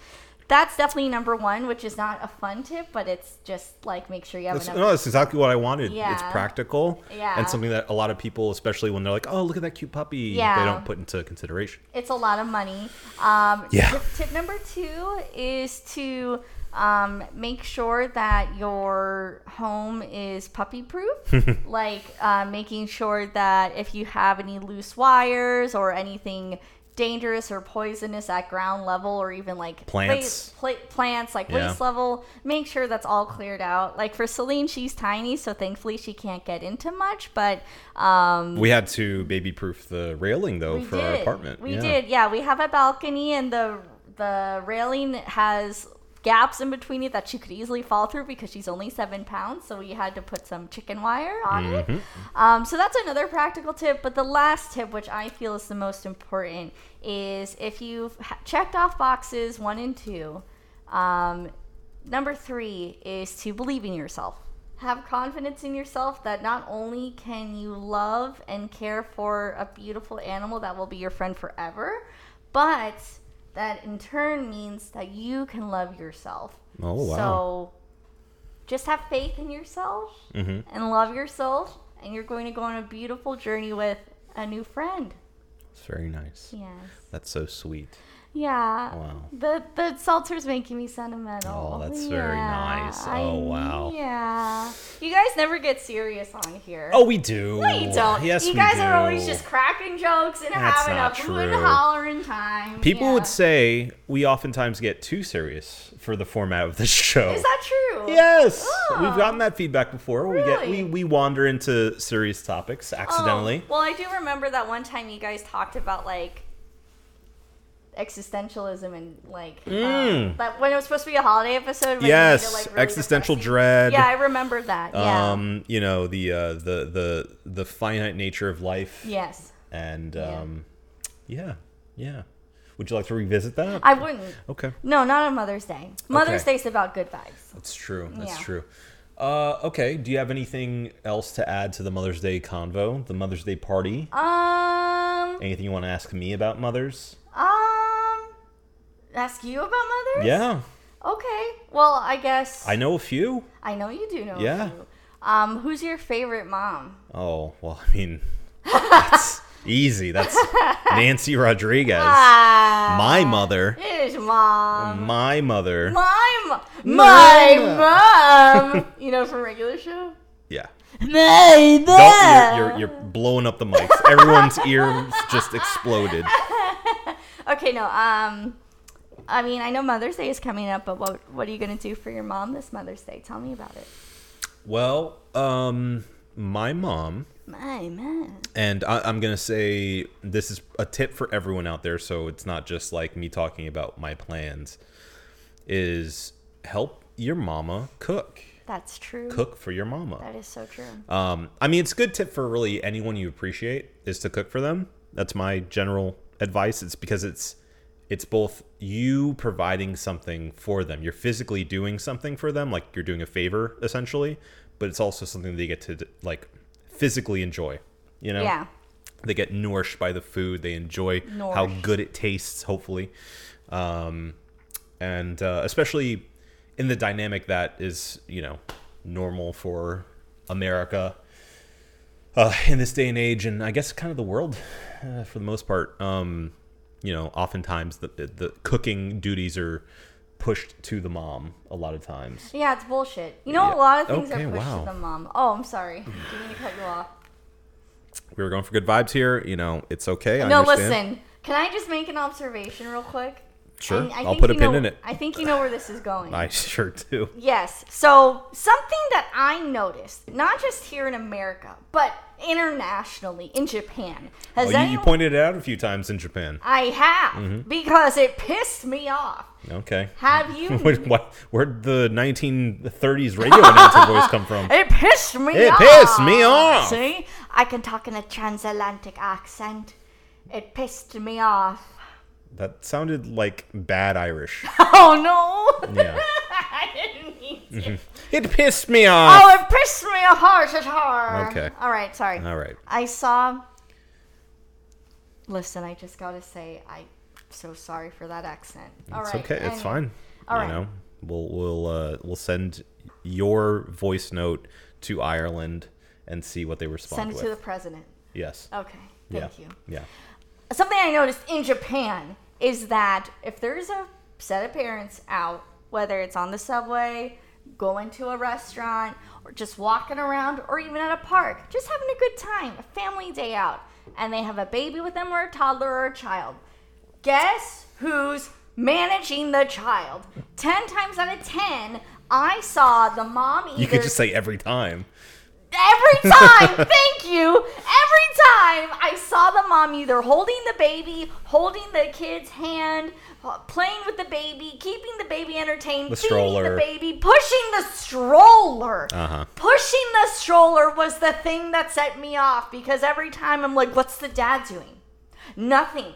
Speaker 2: That's definitely number one, which is not a fun tip, but it's just like make sure you have
Speaker 1: That's,
Speaker 2: enough.
Speaker 1: no, that's exactly what I wanted. It's
Speaker 2: Yeah.
Speaker 1: practical
Speaker 2: Yeah.
Speaker 1: and something that a lot of people, especially when they're like, "Oh, look at that cute puppy,"
Speaker 2: Yeah.
Speaker 1: they don't put into consideration.
Speaker 2: it's a lot of money. Um,
Speaker 1: Yeah.
Speaker 2: Tip, tip number two is to um, make sure that your home is puppy proof. like uh, making sure that if you have any loose wires or anything dangerous or poisonous at ground level or even like
Speaker 1: Plants.
Speaker 2: pla- pla- plants like
Speaker 1: Yeah.
Speaker 2: waste level make sure that's all cleared out like for celine she's tiny so thankfully she can't get into much but um
Speaker 1: We had to baby proof the railing though for our apartment.
Speaker 2: we
Speaker 1: Yeah.
Speaker 2: did, yeah. We have a balcony, and the the railing has gaps in between it that she could easily fall through because she's only seven pounds. So we had to put some chicken wire on it.
Speaker 1: Mm-hmm.
Speaker 2: Um, so that's another practical tip. But the last tip, which I feel is the most important, is if you've ha- checked off boxes one and two. Um, number three is to believe in yourself. Have confidence in yourself that not only can you love and care for a beautiful animal that will be your friend forever, but that in turn means that you can love yourself.
Speaker 1: Oh, wow.
Speaker 2: So just have faith in yourself
Speaker 1: Mm-hmm.
Speaker 2: and love yourself, and you're going to go on a beautiful journey with a new friend.
Speaker 1: It's very nice.
Speaker 2: Yes.
Speaker 1: That's so sweet.
Speaker 2: Yeah.
Speaker 1: Wow.
Speaker 2: The the seltzer's making me sentimental.
Speaker 1: Oh, that's very nice. Oh, wow.
Speaker 2: Yeah. You guys never get serious on here.
Speaker 1: Oh, we do.
Speaker 2: no, you don't.
Speaker 1: Yes,
Speaker 2: you
Speaker 1: we
Speaker 2: guys
Speaker 1: do.
Speaker 2: are always just cracking jokes and
Speaker 1: That's
Speaker 2: having a
Speaker 1: not
Speaker 2: boo and
Speaker 1: true.
Speaker 2: hollering time.
Speaker 1: People
Speaker 2: Yeah.
Speaker 1: would say we oftentimes get too serious for the format of this show.
Speaker 2: Is that true?
Speaker 1: Yes,
Speaker 2: Oh.
Speaker 1: we've gotten that feedback before. We get
Speaker 2: Really?
Speaker 1: we, we wander into serious topics accidentally.
Speaker 2: Oh, well, I do remember that one time you guys talked about like existentialism and like uh,
Speaker 1: Mm.
Speaker 2: that when it was supposed to be a holiday episode. but you made it,
Speaker 1: yes,
Speaker 2: like, really
Speaker 1: existential
Speaker 2: depressing.
Speaker 1: dread.
Speaker 2: Yeah, I remember that. Yeah.
Speaker 1: Um, you know the uh, the the the finite nature of life.
Speaker 2: yes.
Speaker 1: And
Speaker 2: Yeah.
Speaker 1: um, yeah, yeah. Would you like to revisit that?
Speaker 2: I wouldn't.
Speaker 1: okay,
Speaker 2: No, not on Mother's Day. Mother's
Speaker 1: Okay.
Speaker 2: Day's about good vibes.
Speaker 1: that's true. That's
Speaker 2: Yeah.
Speaker 1: true. Uh, okay. Do you have anything else to add to the Mother's Day convo, the Mother's Day party?
Speaker 2: Um,
Speaker 1: Anything you want to ask me about mothers?
Speaker 2: um, ask you about mothers?
Speaker 1: Yeah,
Speaker 2: Okay. Well, I guess
Speaker 1: I know a few.
Speaker 2: I know you do know. a
Speaker 1: Yeah.
Speaker 2: few. Um, who's your favorite mom?
Speaker 1: Oh, well, I mean, that's easy. That's Nancy Rodriguez.
Speaker 2: Ah,
Speaker 1: My Um, mother.
Speaker 2: It is mom.
Speaker 1: My mother.
Speaker 2: My mom.
Speaker 1: My
Speaker 2: My mom. you know from regular show.
Speaker 1: Yeah.
Speaker 2: My
Speaker 1: Don't, you're, you're, you're blowing up the mics. Everyone's ears just exploded.
Speaker 2: Okay, no. Um, I mean, I know Mother's Day is coming up, but what what are you gonna do for your mom this Mother's Day? Tell me about it.
Speaker 1: Well, um, my mom,
Speaker 2: My man.
Speaker 1: and I, I'm going to say this is a tip for everyone out there, so it's not just like me talking about my plans, is help your mama cook.
Speaker 2: That's true.
Speaker 1: Cook for your mama.
Speaker 2: That is so true.
Speaker 1: Um, I mean, it's a good tip for really anyone you appreciate is to cook for them. That's my general advice. It's because it's it's both you providing something for them. You're physically doing something for them, like you're doing a favor essentially, but it's also something they get to like physically enjoy. You know?
Speaker 2: Yeah.
Speaker 1: They get nourished by the food. They enjoy how
Speaker 2: Nourished.
Speaker 1: good it tastes, hopefully. Um, and uh, especially in the dynamic that is, you know, normal for America uh, in this day and age, and I guess kind of the world uh, for the most part. Um, you know, oftentimes the, the the cooking duties are pushed to the mom a lot of times.
Speaker 2: Yeah, it's bullshit. You know,
Speaker 1: Yeah.
Speaker 2: a lot of things
Speaker 1: Okay,
Speaker 2: are pushed
Speaker 1: wow.
Speaker 2: to the mom. Oh, I'm sorry. Didn't mean to cut you off.
Speaker 1: We were going for good vibes here. You know, it's okay. I
Speaker 2: no,
Speaker 1: understand.
Speaker 2: listen. Can I just make an observation real quick?
Speaker 1: Sure.
Speaker 2: And I
Speaker 1: I'll
Speaker 2: think
Speaker 1: put a
Speaker 2: you know-
Speaker 1: pin in it.
Speaker 2: I think you know where this is going.
Speaker 1: I sure do.
Speaker 2: Yes. So something that I noticed, not just here in America, but internationally in Japan, has
Speaker 1: Oh, you, Mm-hmm. you
Speaker 2: anyone?
Speaker 1: pointed it out a few times in Japan.
Speaker 2: I have because it pissed me off.
Speaker 1: Okay.
Speaker 2: Have you?
Speaker 1: Wait, what? Where'd the 1930s radio announcer voice come from?
Speaker 2: it pissed me
Speaker 1: It
Speaker 2: off.
Speaker 1: pissed me off.
Speaker 2: See, I can talk in a transatlantic accent. It pissed me off.
Speaker 1: That sounded like bad Irish.
Speaker 2: Oh no!
Speaker 1: Yeah.
Speaker 2: I didn't mean to.
Speaker 1: it pissed me off.
Speaker 2: Oh, it pissed me a heart at heart.
Speaker 1: Okay.
Speaker 2: All right, sorry.
Speaker 1: All right.
Speaker 2: I saw. Listen, I just gotta say, I'm so sorry for that accent. All
Speaker 1: It's
Speaker 2: right,
Speaker 1: okay. It's
Speaker 2: any-
Speaker 1: fine.
Speaker 2: All
Speaker 1: you
Speaker 2: right.
Speaker 1: know, we'll we'll uh, we'll send your voice note to Ireland and see what they respond
Speaker 2: Send it
Speaker 1: with.
Speaker 2: to the president.
Speaker 1: yes.
Speaker 2: Okay,
Speaker 1: yeah.
Speaker 2: thank you.
Speaker 1: Yeah.
Speaker 2: Something I noticed in Japan is that if there's a set of parents out, whether it's on the subway, going to a restaurant, or just walking around, or even at a park, just having a good time, a family day out, and they have a baby with them, or a toddler, or a child, guess who's managing the child? 10 times out of 10, I saw the mom either
Speaker 1: You could just say every time.
Speaker 2: every time thank you every time i saw the mom either holding the baby holding the kid's hand uh, playing with the baby keeping the baby entertained
Speaker 1: The
Speaker 2: feeding
Speaker 1: stroller.
Speaker 2: the baby pushing the stroller
Speaker 1: Uh-huh.
Speaker 2: pushing the stroller was the thing that set me off because every time i'm like what's the dad doing Nothing.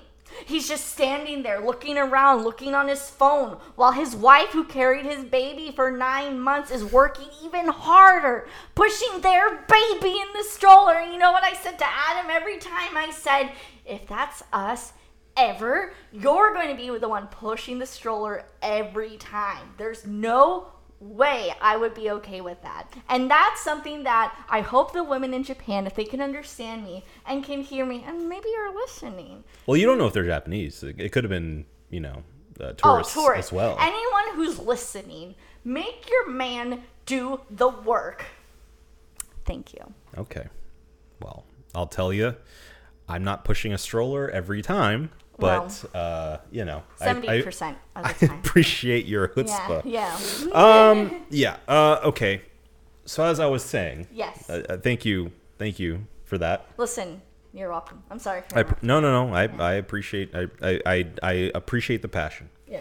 Speaker 2: He's just standing there looking around, looking on his phone, while his wife, who carried his baby for nine months, is working even harder, pushing their baby in the stroller. And you know what I said to Adam every time I said, if that's us, ever, you're going to be the one pushing the stroller every time. There's no way I would be okay with that. And that's something that I hope the women in Japan, if they can understand me and can hear me, and maybe are listening.
Speaker 1: Well, you don't know if they're Japanese. It, it could have been, you know, uh, tourists,
Speaker 2: oh, tourists.
Speaker 1: as well.
Speaker 2: Anyone who's listening, make your man do the work. Thank you.
Speaker 1: okay. Well, I'll tell you, I'm not pushing a stroller every time, but uh, you know, I- I-
Speaker 2: 70%
Speaker 1: I,
Speaker 2: of the time.
Speaker 1: appreciate your
Speaker 2: Yeah,
Speaker 1: chutzpah.
Speaker 2: yeah.
Speaker 1: um yeah uh okay so as i was saying
Speaker 2: Yes.
Speaker 1: uh, uh, thank you thank you for that
Speaker 2: Listen, you're welcome. I'm sorry for
Speaker 1: I,
Speaker 2: that.
Speaker 1: pr- no no no i i appreciate I, I i i appreciate the passion
Speaker 2: Yeah.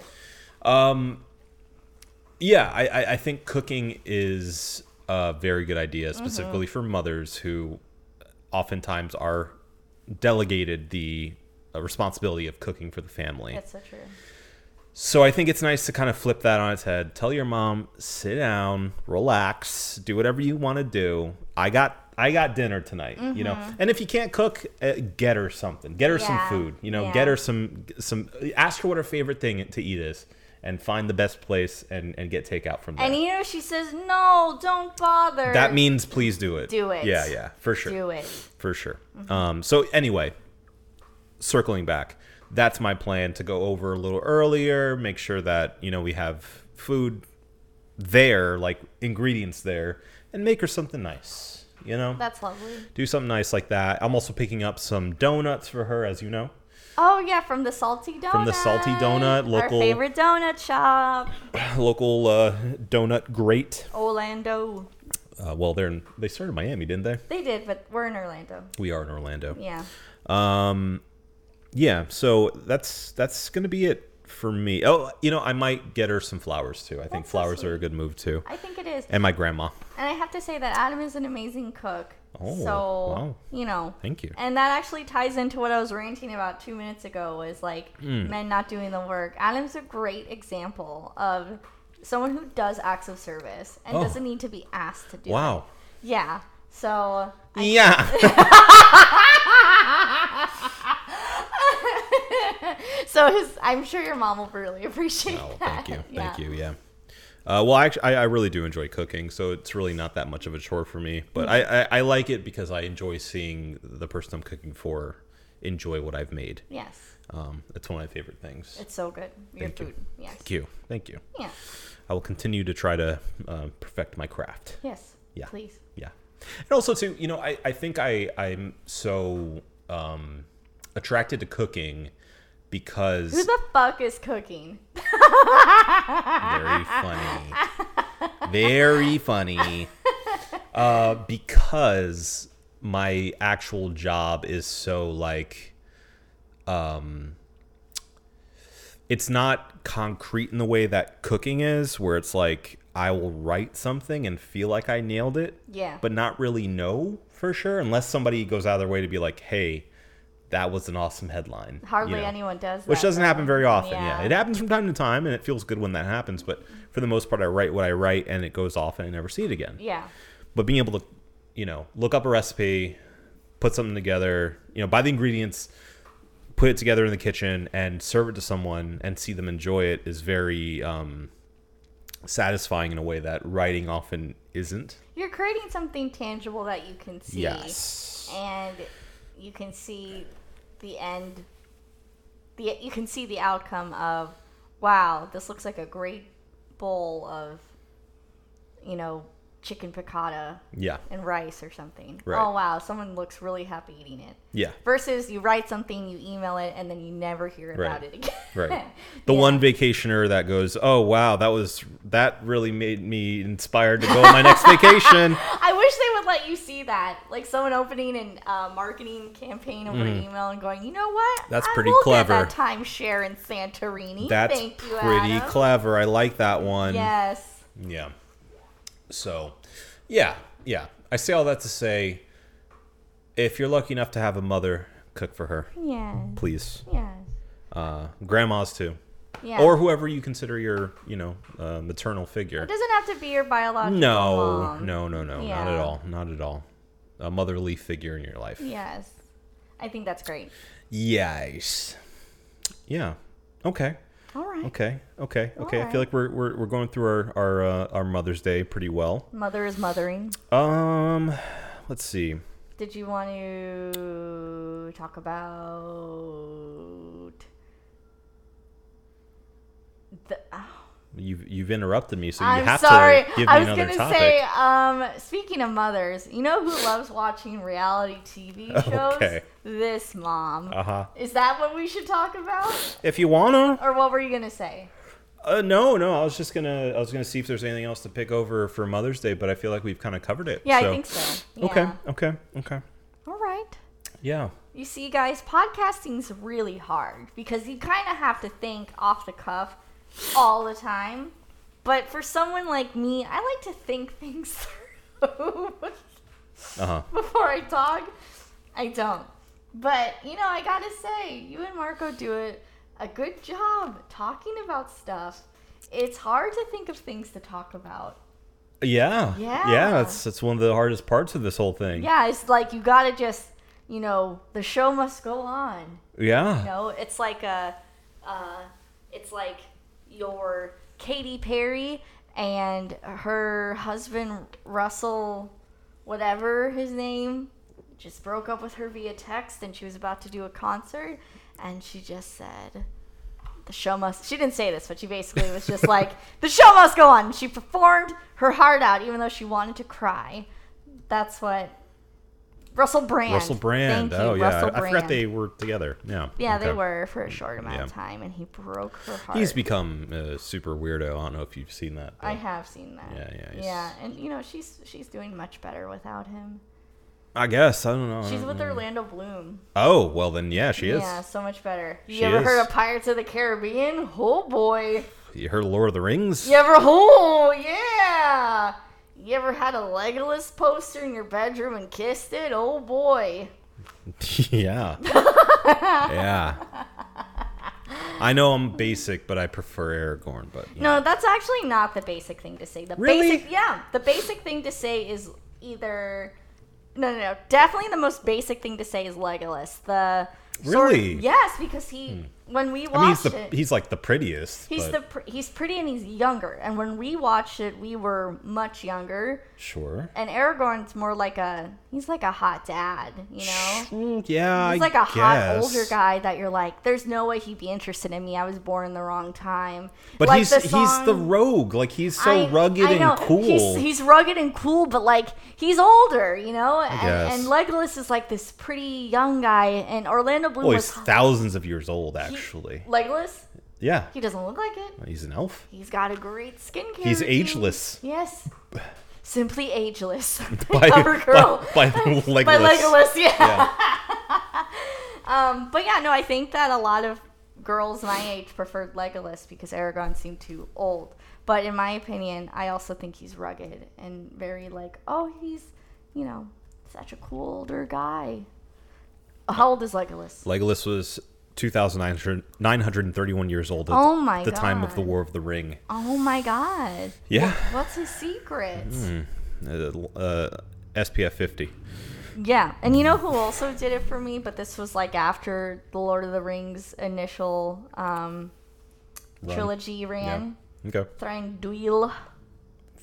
Speaker 1: yeah i i, I think cooking is a very good idea specifically
Speaker 2: Mm-hmm.
Speaker 1: for mothers who oftentimes are delegated the uh, responsibility of cooking for the family
Speaker 2: That's so true.
Speaker 1: So I think it's nice to kind of flip that on its head. Tell your mom, sit down, relax, do whatever you want to do. I got I got dinner tonight, you know. And if you can't cook, uh, get her something. Get her some
Speaker 2: Mm-hmm. Yeah,
Speaker 1: food, you know.
Speaker 2: yeah.
Speaker 1: Get her some some ask her what her favorite thing to eat is and find the best place and and get takeout from there.
Speaker 2: And you know, she says, no, don't bother.
Speaker 1: that means please do it.
Speaker 2: Do it.
Speaker 1: Yeah, yeah, for sure.
Speaker 2: Do it. Mm-hmm.
Speaker 1: For sure. Um, so anyway, circling back, that's my plan to go over a little earlier, make sure that you know we have food there, like ingredients there, and make her something nice. You know,
Speaker 2: That's lovely.
Speaker 1: do something nice like that. I'm also picking up some donuts for her, as you know.
Speaker 2: Oh yeah, from the salty donut.
Speaker 1: the Salty Donut, local-
Speaker 2: Our favorite donut shop,
Speaker 1: Local uh, donut great.
Speaker 2: Orlando.
Speaker 1: Uh, well, they're in, they started in Miami, didn't they?
Speaker 2: They did, but we're in Orlando.
Speaker 1: We are in Orlando.
Speaker 2: Yeah.
Speaker 1: Um, yeah. So that's that's gonna be it for me. Oh, you know, I might get her some flowers too. I think
Speaker 2: That's so
Speaker 1: flowers are a
Speaker 2: sweet.
Speaker 1: good move too.
Speaker 2: I think it is.
Speaker 1: And my grandma.
Speaker 2: And I have to say that Adam is an amazing cook.
Speaker 1: Oh,
Speaker 2: so
Speaker 1: wow.
Speaker 2: you know.
Speaker 1: Thank you.
Speaker 2: And that actually ties into what I was ranting about two minutes ago was like
Speaker 1: Hmm.
Speaker 2: men not doing the work. Adam's a great example of someone who does acts of service and
Speaker 1: Oh.
Speaker 2: doesn't need to be asked to do it.
Speaker 1: Wow.
Speaker 2: Yeah. So
Speaker 1: Yeah.
Speaker 2: so his, I'm sure your mom will really appreciate
Speaker 1: oh,
Speaker 2: that.
Speaker 1: thank you.
Speaker 2: Yeah.
Speaker 1: Thank you. Yeah. Uh, well, actually, I, I really do enjoy cooking, so it's really not that much of a chore for me. But
Speaker 2: Mm.
Speaker 1: I, I, I like it because I enjoy seeing the person I'm cooking for enjoy what I've made.
Speaker 2: Yes.
Speaker 1: Um, it's one of my favorite things.
Speaker 2: It's so good. Your
Speaker 1: Thank you.
Speaker 2: food. Yes.
Speaker 1: Thank you. Thank you.
Speaker 2: Yeah.
Speaker 1: I will continue to try to uh, perfect my craft.
Speaker 2: Yes.
Speaker 1: Yeah.
Speaker 2: Please.
Speaker 1: Yeah. And also too, you know, I, I think I, I'm so um, attracted to cooking because
Speaker 2: Who the fuck is cooking?
Speaker 1: very funny. Very funny. Uh, because my actual job is so like um it's not concrete in the way that cooking is where it's like I will write something and feel like I nailed it.
Speaker 2: Yeah.
Speaker 1: But not really know for sure unless somebody goes out of their way to be like, "Hey, that was an awesome headline." you
Speaker 2: Hardly
Speaker 1: know?
Speaker 2: anyone does that.
Speaker 1: which doesn't
Speaker 2: though.
Speaker 1: happen very often. Yeah.
Speaker 2: Yeah.
Speaker 1: it happens from time to time, and it feels good when that happens. But for the most part, I write what I write, and it goes off, and I never see it again.
Speaker 2: Yeah.
Speaker 1: But being able to, you know, look up a recipe, put something together, you know, buy the ingredients, put it together in the kitchen, and serve it to someone, and see them enjoy it is very um, satisfying in a way that writing often isn't.
Speaker 2: You're creating something tangible that you can see.
Speaker 1: Yes.
Speaker 2: And you can see the end. The you can see the outcome of, wow, this looks like a great bowl of, you know, chicken piccata
Speaker 1: Yeah.
Speaker 2: and rice or something.
Speaker 1: Right.
Speaker 2: Oh wow, someone looks really happy eating it.
Speaker 1: Yeah.
Speaker 2: Versus you write something, you email it, and then you never hear about
Speaker 1: Right.
Speaker 2: it again.
Speaker 1: Right. The
Speaker 2: Yeah.
Speaker 1: one vacationer that goes, "Oh wow, that was that really made me inspired to go on my next vacation."
Speaker 2: I wish they would let you see that, like someone opening an uh, marketing campaign over email and going, you know what?
Speaker 1: Mm. That's
Speaker 2: I
Speaker 1: pretty
Speaker 2: will
Speaker 1: clever."
Speaker 2: Get that timeshare in Santorini.
Speaker 1: That's
Speaker 2: Thank you,
Speaker 1: pretty
Speaker 2: Adam.
Speaker 1: clever. I like that one.
Speaker 2: Yes.
Speaker 1: Yeah. So, yeah, yeah. I say all that to say, if you're lucky enough to have a mother, cook for her,
Speaker 2: Yes.
Speaker 1: please.
Speaker 2: Yes.
Speaker 1: Uh, grandmas too,
Speaker 2: Yeah.
Speaker 1: or whoever you consider your, you know, uh, maternal figure.
Speaker 2: it doesn't have to be your biological
Speaker 1: No,
Speaker 2: mom.
Speaker 1: no, no, no, not at
Speaker 2: Yeah.
Speaker 1: all, not at all. A motherly figure in your life.
Speaker 2: Yes. I think that's great.
Speaker 1: Yes. Yeah. Okay.
Speaker 2: All right.
Speaker 1: Okay. Okay. Okay. I
Speaker 2: Alright.
Speaker 1: feel like we're we're, we're going through our our uh, our Mother's Day pretty well.
Speaker 2: Mother is mothering.
Speaker 1: Um, let's see.
Speaker 2: Did you want to talk about the?
Speaker 1: You've you've interrupted me, so you
Speaker 2: I'm
Speaker 1: have
Speaker 2: sorry.
Speaker 1: to give me
Speaker 2: I was
Speaker 1: another
Speaker 2: gonna
Speaker 1: topic.
Speaker 2: say, um, speaking of mothers, you know who loves watching reality TV shows?
Speaker 1: Okay.
Speaker 2: This mom.
Speaker 1: uh huh.
Speaker 2: Is that what we should talk about,
Speaker 1: If you wanna,
Speaker 2: or what were you gonna say?
Speaker 1: uh, no, no. I was just gonna I was gonna see if there's anything else to pick over for Mother's Day, but I feel like we've kind of covered it.
Speaker 2: Yeah, I think so. Yeah.
Speaker 1: Okay. Okay. Okay.
Speaker 2: All right.
Speaker 1: Yeah.
Speaker 2: You see, guys, podcasting's really hard because you kind of have to think off the cuff all the time. But for someone like me, I like to think things through
Speaker 1: Uh huh.
Speaker 2: before I talk. I don't. But, you know, I gotta say, you and Marco do it a good job talking about stuff. It's hard to think of things to talk about.
Speaker 1: Yeah.
Speaker 2: Yeah.
Speaker 1: Yeah. That's that's one of the hardest parts of this whole thing.
Speaker 2: Yeah, it's like you gotta just, you know, the show must go on.
Speaker 1: Yeah.
Speaker 2: You know, it's like a, uh, it's like your Katy Perry and her husband Russell, whatever his name, just broke up with her via text, and she was about to do a concert, and she just said. The show must. She didn't say this, but she basically was just like, "The show must go on." She performed her heart out, even though she wanted to cry. That's what Russell Brand.
Speaker 1: Russell Brand.
Speaker 2: Thank you,
Speaker 1: oh yeah.
Speaker 2: Russell
Speaker 1: I
Speaker 2: Brand.
Speaker 1: forgot they were together. Yeah.
Speaker 2: Yeah, they
Speaker 1: Okay.
Speaker 2: were for a short amount of
Speaker 1: Yeah.
Speaker 2: time, and he broke her heart.
Speaker 1: He's become a super weirdo. I don't know if you've seen that. but-
Speaker 2: I have seen that.
Speaker 1: Yeah, yeah, he's-
Speaker 2: yeah, and you know she's she's doing much better without him.
Speaker 1: I guess. I don't know. I
Speaker 2: She's
Speaker 1: don't
Speaker 2: with
Speaker 1: know.
Speaker 2: Orlando Bloom.
Speaker 1: Oh, well, then, yeah, Mm-hmm. she is.
Speaker 2: Yeah, so much better. You
Speaker 1: She
Speaker 2: ever
Speaker 1: is.
Speaker 2: heard of Pirates of the Caribbean? Oh boy.
Speaker 1: You heard of Lord of the Rings?
Speaker 2: You ever oh yeah. You ever had a Legolas poster in your bedroom and kissed it? Oh boy.
Speaker 1: yeah. yeah. I know I'm basic, but I prefer Aragorn. But you
Speaker 2: No, that's actually not the basic thing to say. The
Speaker 1: Really?
Speaker 2: basic yeah, the basic thing to say is either no, no, no. Definitely the most basic thing to say is Legolas. The sort of-
Speaker 1: Really?
Speaker 2: yes, because he when we watched
Speaker 1: know. I mean, he's
Speaker 2: it,
Speaker 1: the he's like the prettiest.
Speaker 2: He's
Speaker 1: but
Speaker 2: the pr- he's pretty and he's younger. And when we watched it, we were much younger.
Speaker 1: sure.
Speaker 2: And Aragorn's more like a he's like a hot dad, you know.
Speaker 1: Mm, yeah,
Speaker 2: He's
Speaker 1: I
Speaker 2: like a hot
Speaker 1: guess.
Speaker 2: older guy that you're like, there's no way he'd be interested in me. I was born the wrong time.
Speaker 1: But
Speaker 2: Like
Speaker 1: he's he's the
Speaker 2: song-
Speaker 1: rogue. Like he's so
Speaker 2: I-
Speaker 1: rugged
Speaker 2: I know.
Speaker 1: and cool.
Speaker 2: He's, he's rugged and cool, but like he's older, you know.
Speaker 1: guess.
Speaker 2: And, and Legolas is like this pretty young guy, and Orlando Bloom
Speaker 1: well, Oh, he's
Speaker 2: was
Speaker 1: thousands of years old,
Speaker 2: he-
Speaker 1: actually.
Speaker 2: Legolas.
Speaker 1: yeah,
Speaker 2: He doesn't look like it.
Speaker 1: he's an elf.
Speaker 2: He's got a great skincare.
Speaker 1: He's
Speaker 2: routine.
Speaker 1: ageless.
Speaker 2: Yes. Simply ageless.
Speaker 1: By,
Speaker 2: by, Cover girl.
Speaker 1: by, by Legolas.
Speaker 2: By Legolas, yeah.
Speaker 1: Yeah.
Speaker 2: Um, but yeah, no, I think that a lot of girls my age preferred Legolas because Aragorn seemed too old. But in my opinion, I also think he's rugged and very like, oh, he's, you know, such a cool older guy. How old is Legolas?
Speaker 1: Legolas was 2,931 years old at
Speaker 2: Oh my
Speaker 1: the time of the
Speaker 2: God.
Speaker 1: War of the Ring.
Speaker 2: Oh my god.
Speaker 1: Yeah. Hmm.
Speaker 2: What's his secret?
Speaker 1: Uh, uh, SPF 50.
Speaker 2: Yeah, and you know who also did it for me, but this was like after the Lord of the Rings initial um,
Speaker 1: Run.
Speaker 2: trilogy
Speaker 1: Yeah.
Speaker 2: ran.
Speaker 1: Okay.
Speaker 2: Thranduil.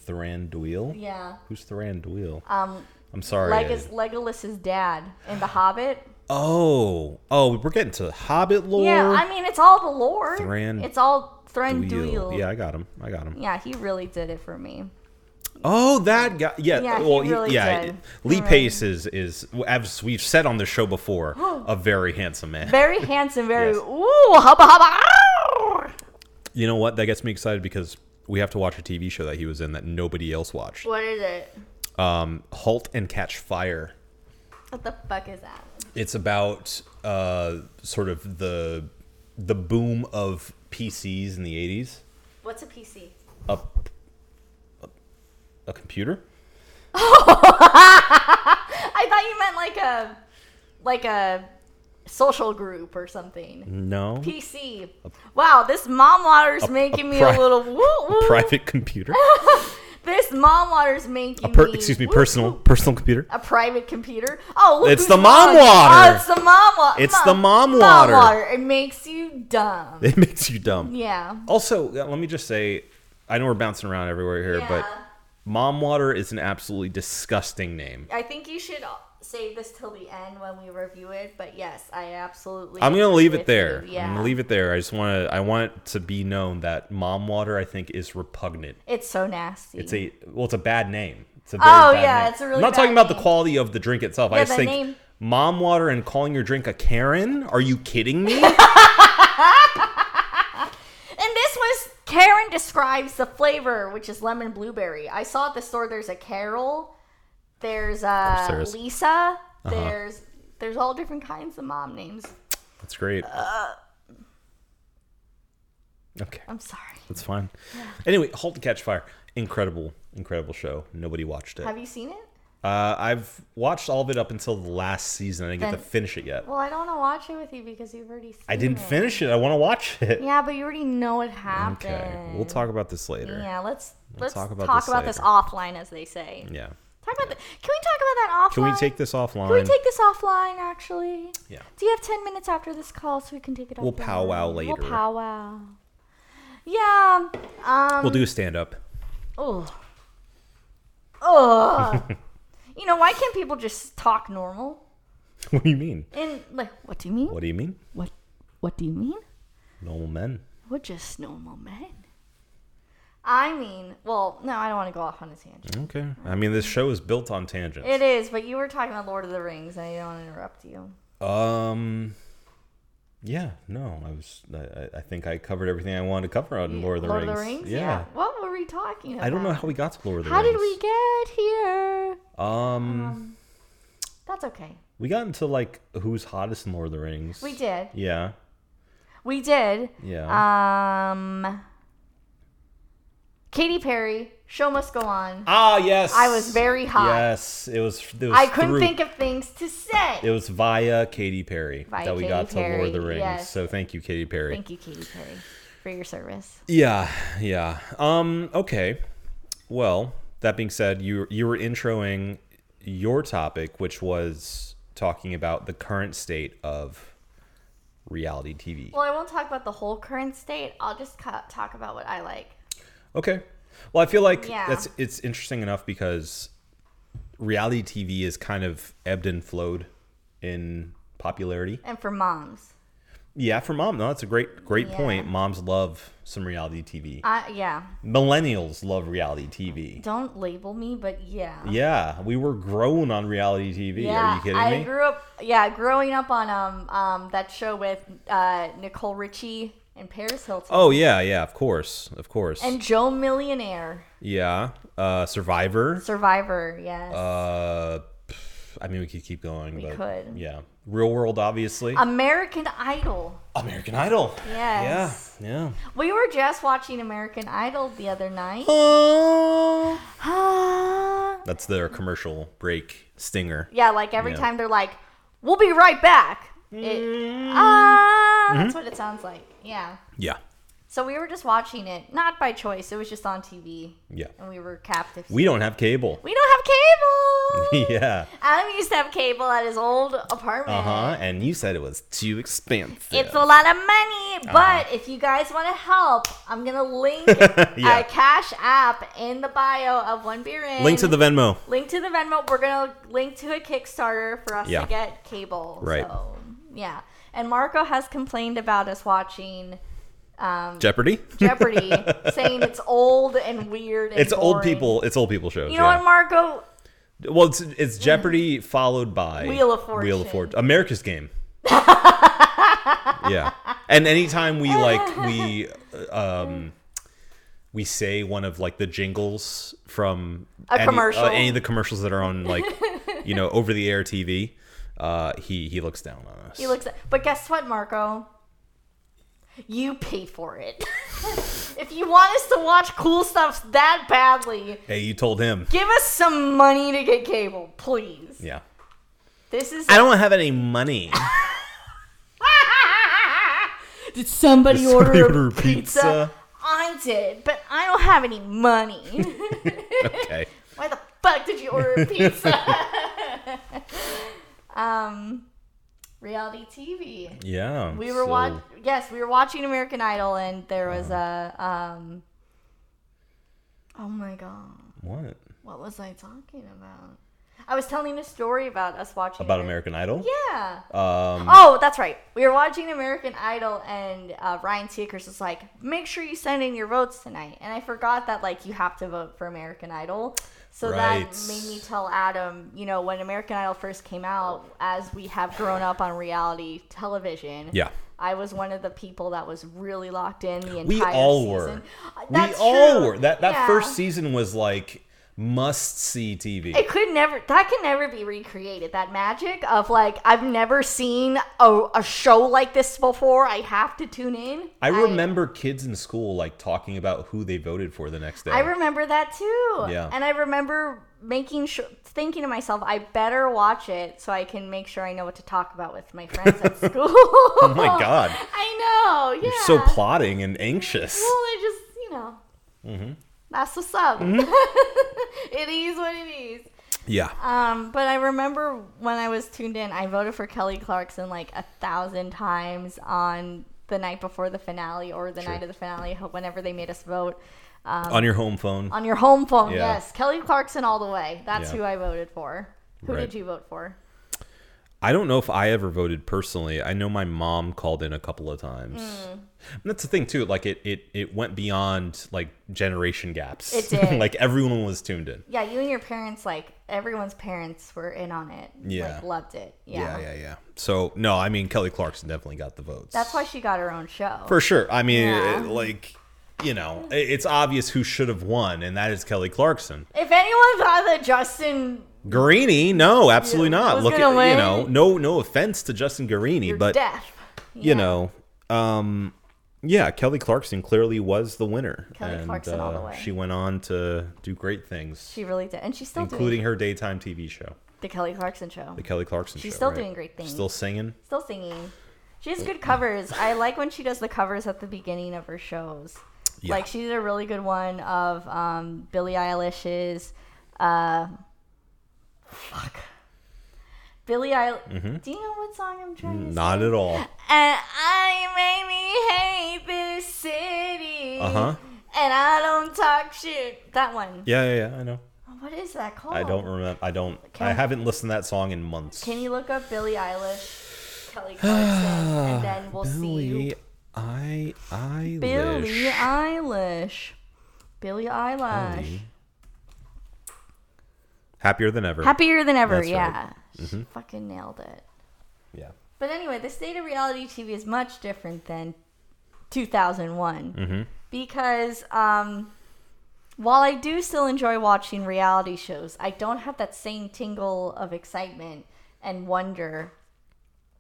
Speaker 1: Thranduil?
Speaker 2: Yeah.
Speaker 1: Who's Thranduil?
Speaker 2: Um,
Speaker 1: I'm sorry. I-
Speaker 2: Legas- Legolas's dad in The Hobbit.
Speaker 1: oh. Oh, we're getting to Hobbit lore.
Speaker 2: Yeah, I mean it's all the lore.
Speaker 1: Thran-
Speaker 2: it's all
Speaker 1: Duil.
Speaker 2: Thranduil.
Speaker 1: Yeah, I got him. I got him.
Speaker 2: Yeah, he really did it for me.
Speaker 1: Oh, that guy. Yeah.
Speaker 2: Yeah, he
Speaker 1: well,
Speaker 2: really
Speaker 1: yeah.
Speaker 2: did.
Speaker 1: Lee
Speaker 2: He really- Oh.
Speaker 1: Pace is, is, as we've said on the show before, a very handsome man.
Speaker 2: Very handsome, very
Speaker 1: Yes.
Speaker 2: ooh, hubba hubba. ow!
Speaker 1: You know what? That gets me excited because we have to watch a TV show that he was in that nobody else watched.
Speaker 2: What is it?
Speaker 1: Um, halt and Catch Fire.
Speaker 2: What the fuck is that?
Speaker 1: It's about uh, sort of the the boom of PCs in the '80s.
Speaker 2: What's a PC?
Speaker 1: A a computer?
Speaker 2: I thought you meant like a like a social group or something.
Speaker 1: No,
Speaker 2: PC. Wow, this mom water's
Speaker 1: Mm. a
Speaker 2: making me
Speaker 1: pri-
Speaker 2: a little woo woo.
Speaker 1: private computer.
Speaker 2: this mom water's making
Speaker 1: A per-
Speaker 2: me
Speaker 1: excuse me,
Speaker 2: woo,
Speaker 1: personal
Speaker 2: woo.
Speaker 1: personal computer.
Speaker 2: a private computer. Oh, look
Speaker 1: It's
Speaker 2: who's
Speaker 1: the mom
Speaker 2: on.
Speaker 1: water.
Speaker 2: Oh, it's the mom water.
Speaker 1: It's the mom water.
Speaker 2: It makes you dumb.
Speaker 1: It makes you dumb.
Speaker 2: Yeah.
Speaker 1: Also, uh, let me just say, I know we're bouncing around everywhere here, but
Speaker 2: Yeah.
Speaker 1: Mom Water is an absolutely disgusting name.
Speaker 2: I think you should save this till the end when we review it. But yes, I absolutely.
Speaker 1: I'm gonna
Speaker 2: agree
Speaker 1: leave
Speaker 2: with
Speaker 1: it there.
Speaker 2: you. Yeah.
Speaker 1: I'm gonna leave it there. I just want to. I want it to be known that mom water. I think is repugnant.
Speaker 2: It's so nasty.
Speaker 1: It's a well. It's a bad name. It's a very
Speaker 2: Oh,
Speaker 1: bad
Speaker 2: yeah,
Speaker 1: name.
Speaker 2: it's a really
Speaker 1: I'm not
Speaker 2: bad
Speaker 1: talking about the
Speaker 2: name.
Speaker 1: quality of the drink itself. I
Speaker 2: Yeah,
Speaker 1: just
Speaker 2: the
Speaker 1: think
Speaker 2: name.
Speaker 1: mom water and calling your drink a Karen. Are you kidding me?
Speaker 2: And this was Karen describes the flavor, which is lemon blueberry. I saw at the store. There's a Carol. There's uh,
Speaker 1: course there is.
Speaker 2: Lisa.
Speaker 1: Uh-huh.
Speaker 2: There's there's all different kinds of mom names.
Speaker 1: That's great.
Speaker 2: Uh,
Speaker 1: Okay,
Speaker 2: I'm sorry.
Speaker 1: that's fine. Anyway, *Halt to Catch Fire*. Incredible, incredible show. Nobody watched it.
Speaker 2: Have you seen it?
Speaker 1: Uh, I've watched all of it up until the last season. I didn't get
Speaker 2: Then- Oh,
Speaker 1: to finish it yet.
Speaker 2: Well, I don't want to watch it with you because you've already seen
Speaker 1: I didn't
Speaker 2: it.
Speaker 1: finish it. I want to watch it.
Speaker 2: Yeah, but you already know what happened.
Speaker 1: Okay, we'll talk about this later.
Speaker 2: Yeah, let's let's
Speaker 1: talk
Speaker 2: talk
Speaker 1: about
Speaker 2: about,
Speaker 1: this
Speaker 2: this,
Speaker 1: later.
Speaker 2: offline, as they say.
Speaker 1: Yeah.
Speaker 2: Talk about the, can we talk about that offline?
Speaker 1: Can we take this offline?
Speaker 2: Can we take this offline? Actually,
Speaker 1: yeah.
Speaker 2: do you have ten minutes after this call so we can take it?
Speaker 1: We'll
Speaker 2: offline?
Speaker 1: powwow later.
Speaker 2: We'll powwow. Yeah. Um.
Speaker 1: We'll do a stand up.
Speaker 2: Oh. Ugh. you know why can't people just talk normal?
Speaker 1: what do you mean?
Speaker 2: And like, what do you mean?
Speaker 1: What do you mean?
Speaker 2: What? What do you mean?
Speaker 1: Normal men.
Speaker 2: We're just normal men. I mean, well, no, I don't want to go off on a tangent.
Speaker 1: Okay. I mean, this show is built on tangents.
Speaker 2: It is, but you were talking about Lord of the Rings, and I didn't want to interrupt you.
Speaker 1: um. Yeah. No. I was. I- I, I think I covered everything I wanted to cover on Lord of the
Speaker 2: Lord
Speaker 1: Rings.
Speaker 2: of the Rings?
Speaker 1: Yeah.
Speaker 2: What were we talking about?
Speaker 1: I don't know how we got to Lord of the
Speaker 2: How
Speaker 1: Rings.
Speaker 2: did we get here?
Speaker 1: we? Um.
Speaker 2: That's okay.
Speaker 1: We got into like who's hottest in Lord of the Rings.
Speaker 2: We did. Uh,
Speaker 1: Yeah.
Speaker 2: We did.
Speaker 1: Yeah.
Speaker 2: Um, Katy Perry, Show Must Go On.
Speaker 1: ah, yes.
Speaker 2: I was very hot.
Speaker 1: Yes, it was. It was
Speaker 2: I couldn't
Speaker 1: through-
Speaker 2: think of things to say.
Speaker 1: It was via Katy Perry
Speaker 2: Via
Speaker 1: that we
Speaker 2: Katy
Speaker 1: got to Lord of the
Speaker 2: Perry,
Speaker 1: Rings.
Speaker 2: yes.
Speaker 1: So thank you, Katy Perry.
Speaker 2: Thank you, Katy Perry, for your service.
Speaker 1: Yeah, yeah. Um, okay. Well, that being said, you you were introing your topic, which was talking about the current state of reality TV.
Speaker 2: Well, I won't talk about the whole current state. I'll just co- talk about what I like.
Speaker 1: Okay. Well, I feel like
Speaker 2: Yeah.
Speaker 1: that's it's interesting enough because reality TV is kind of ebbed and flowed in popularity.
Speaker 2: And for moms,
Speaker 1: Yeah, for mom, no, that's a great great
Speaker 2: Yeah.
Speaker 1: point. Moms love some reality TV.
Speaker 2: I, yeah,
Speaker 1: Millennials love reality TV.
Speaker 2: don't label me, but yeah.
Speaker 1: Yeah, we were grown on reality TV. Are you kidding
Speaker 2: I
Speaker 1: me?
Speaker 2: grew up. Yeah, growing up on um um that show with uh, Nicole Richie and Paris Hilton
Speaker 1: Oh yeah, yeah, of course, of course.
Speaker 2: and Joe Millionaire
Speaker 1: yeah, uh, Survivor.
Speaker 2: Survivor. Yes,
Speaker 1: Uh, pff, I mean, we could keep going,
Speaker 2: We
Speaker 1: but
Speaker 2: could. Uh,
Speaker 1: yeah, Real World, obviously.
Speaker 2: American Idol.
Speaker 1: American Idol.
Speaker 2: Yes.
Speaker 1: Yeah, yeah.
Speaker 2: We were just watching American Idol the other night.
Speaker 1: That's their commercial break stinger.
Speaker 2: yeah, like every
Speaker 1: Yeah. Mm.
Speaker 2: time they're like, "We'll be right back." It, ah, that's
Speaker 1: Mm-hmm.
Speaker 2: what it sounds like. Yeah.
Speaker 1: Yeah,
Speaker 2: So we were just watching it, not by choice. It was just on TV,
Speaker 1: yeah.
Speaker 2: and we were captive.
Speaker 1: We don't have cable.
Speaker 2: we don't have cable.
Speaker 1: yeah.
Speaker 2: Adam used to have cable at his old apartment.
Speaker 1: Uh huh. And you said it was too expensive.
Speaker 2: It's a lot of money,
Speaker 1: Uh-huh.
Speaker 2: but if you guys want to help, I'm gonna link
Speaker 1: Yeah.
Speaker 2: a Cash App in the bio of One Beer In.
Speaker 1: link to the Venmo.
Speaker 2: link to the Venmo. We're gonna link to a Kickstarter for us
Speaker 1: Yeah.
Speaker 2: to get cable.
Speaker 1: Right.
Speaker 2: So, yeah. And Marco has complained about us watching um,
Speaker 1: Jeopardy.
Speaker 2: Jeopardy, saying it's old and weird. And
Speaker 1: It's old
Speaker 2: boring.
Speaker 1: people. It's old people shows.
Speaker 2: You know
Speaker 1: yeah.
Speaker 2: what, Marco?
Speaker 1: Well, it's, it's Jeopardy followed by
Speaker 2: Wheel of Fortune.
Speaker 1: Wheel of Fortune. America's Game. yeah, and anytime we like we um we say one of like the jingles from
Speaker 2: A
Speaker 1: any,
Speaker 2: commercial.
Speaker 1: uh, any of the commercials that are on like you know over the air TV, uh, he he looks down on us.
Speaker 2: He looks at, but guess what, Marco? You pay for it. if you want us to watch cool stuff that badly,
Speaker 1: hey, you told him.
Speaker 2: give us some money to get cable, please.
Speaker 1: Yeah,
Speaker 2: This is
Speaker 1: I don't have any money.
Speaker 2: Did somebody,
Speaker 1: Did somebody order pizza?
Speaker 2: I did, but I don't have any money.
Speaker 1: okay,
Speaker 2: Why the fuck did you order pizza? um reality TV.
Speaker 1: yeah.
Speaker 2: We were
Speaker 1: so-
Speaker 2: watch. Yes, we were watching American Idol, and there was
Speaker 1: Uh-huh.
Speaker 2: a. Um, oh my god,
Speaker 1: What
Speaker 2: what was I talking about? I was telling a story about us watching
Speaker 1: about
Speaker 2: Amer-
Speaker 1: American Idol?
Speaker 2: Yeah.
Speaker 1: Um,
Speaker 2: Oh, that's right. We were watching American Idol, and uh, Ryan Seacrest was like, "Make sure you send in your votes tonight." And I forgot that like you have to vote for American Idol, so
Speaker 1: Right.
Speaker 2: that made me tell Adam, you know, when American Idol first came out, as we have grown up on reality television,
Speaker 1: yeah.
Speaker 2: I was one of the people that was really locked in the entire
Speaker 1: We all
Speaker 2: season.
Speaker 1: were.
Speaker 2: Uh,
Speaker 1: We
Speaker 2: That's
Speaker 1: all
Speaker 2: true.
Speaker 1: were. That that
Speaker 2: Yeah.
Speaker 1: first season was like must see TV.
Speaker 2: It could never. That can never be recreated. That magic of like I've never seen a, a show like this before. I have to tune in.
Speaker 1: I remember kids in school like talking about who they voted for the next day.
Speaker 2: I remember that too.
Speaker 1: Yeah.
Speaker 2: And I remember making sure, thinking to myself, I better watch it so I can make sure I know what to talk about with my friends at school. oh
Speaker 1: oh my god.
Speaker 2: I know. Yeah.
Speaker 1: You're so plotting and anxious.
Speaker 2: Well, I just, you know,
Speaker 1: Mm-hmm.
Speaker 2: that's what's up. it is what it is.
Speaker 1: Yeah.
Speaker 2: Um, but I remember when I was tuned in, I voted for Kelly Clarkson like a thousand times on the night before the finale or the night of the finale, ho- whenever they made us vote
Speaker 1: On your home phone.
Speaker 2: Um, on your home phone.
Speaker 1: Yeah.
Speaker 2: Yes, Kelly Clarkson all the way. That's
Speaker 1: Yeah.
Speaker 2: who I voted for. Who
Speaker 1: Right.
Speaker 2: did you vote for?
Speaker 1: I don't know if I ever voted personally. I know my mom called in a couple of times.
Speaker 2: Hmm.
Speaker 1: And that's the thing too, like it it it went beyond like generation gaps.
Speaker 2: It did.
Speaker 1: like everyone was tuned in.
Speaker 2: Yeah, you and your parents, like everyone's parents, were in on it.
Speaker 1: Yeah.
Speaker 2: like, loved it.
Speaker 1: Yeah,
Speaker 2: Yeah.
Speaker 1: yeah, yeah. So, no, I mean Kelly Clarkson definitely got the votes.
Speaker 2: that's why she got her own show.
Speaker 1: For sure. I mean,
Speaker 2: Yeah.
Speaker 1: it- like, you know, it- it's obvious who should have won, and that is Kelly Clarkson.
Speaker 2: if anyone thought that Justin
Speaker 1: Garini, no, absolutely not.
Speaker 2: Who's
Speaker 1: Look at
Speaker 2: gonna
Speaker 1: you
Speaker 2: win?
Speaker 1: know, no no offense to Justin Garini,
Speaker 2: You're
Speaker 1: but
Speaker 2: deaf.
Speaker 1: you know, um, yeah, Kelly Clarkson clearly was the winner,
Speaker 2: Kelly
Speaker 1: and
Speaker 2: Clarkson all the
Speaker 1: uh,
Speaker 2: way.
Speaker 1: she went on to do great things,
Speaker 2: she really did, and she's still
Speaker 1: including
Speaker 2: doing
Speaker 1: her daytime TV show,
Speaker 2: the Kelly Clarkson show.
Speaker 1: the Kelly Clarkson
Speaker 2: She's
Speaker 1: show.
Speaker 2: still
Speaker 1: right?
Speaker 2: doing great things.
Speaker 1: Still singing.
Speaker 2: Still singing. She has good covers. I like when she does the covers at the beginning of her shows.
Speaker 1: Yeah.
Speaker 2: Like she did a really good one of um, Billie Eilish's. Uh, fuck. Billie Eilish.
Speaker 1: Mm-hmm.
Speaker 2: Do you know what song I'm trying to
Speaker 1: Not at all.
Speaker 2: And I made me hate this city.
Speaker 1: Uh huh.
Speaker 2: And I don't talk shit. That one. Oh,
Speaker 1: Yeah, yeah, yeah. I know.
Speaker 2: What is that called?
Speaker 1: I don't remember. I don't.
Speaker 2: Can-
Speaker 1: I haven't listened to that song in months.
Speaker 2: Can you look up Billie Eilish, Kelly Clarkson, and then we'll see.
Speaker 1: Billie I Eilish.
Speaker 2: Billie Eilish. Billie Eilish.
Speaker 1: Happier than ever.
Speaker 2: Happier than ever,
Speaker 1: That's right. Mm-hmm.
Speaker 2: yeah. She fucking nailed it.
Speaker 1: yeah.
Speaker 2: But anyway, the state of reality TV is much different than 2001
Speaker 1: Mm-hmm.
Speaker 2: because um, while I do still enjoy watching reality shows, I don't have that same tingle of excitement and wonder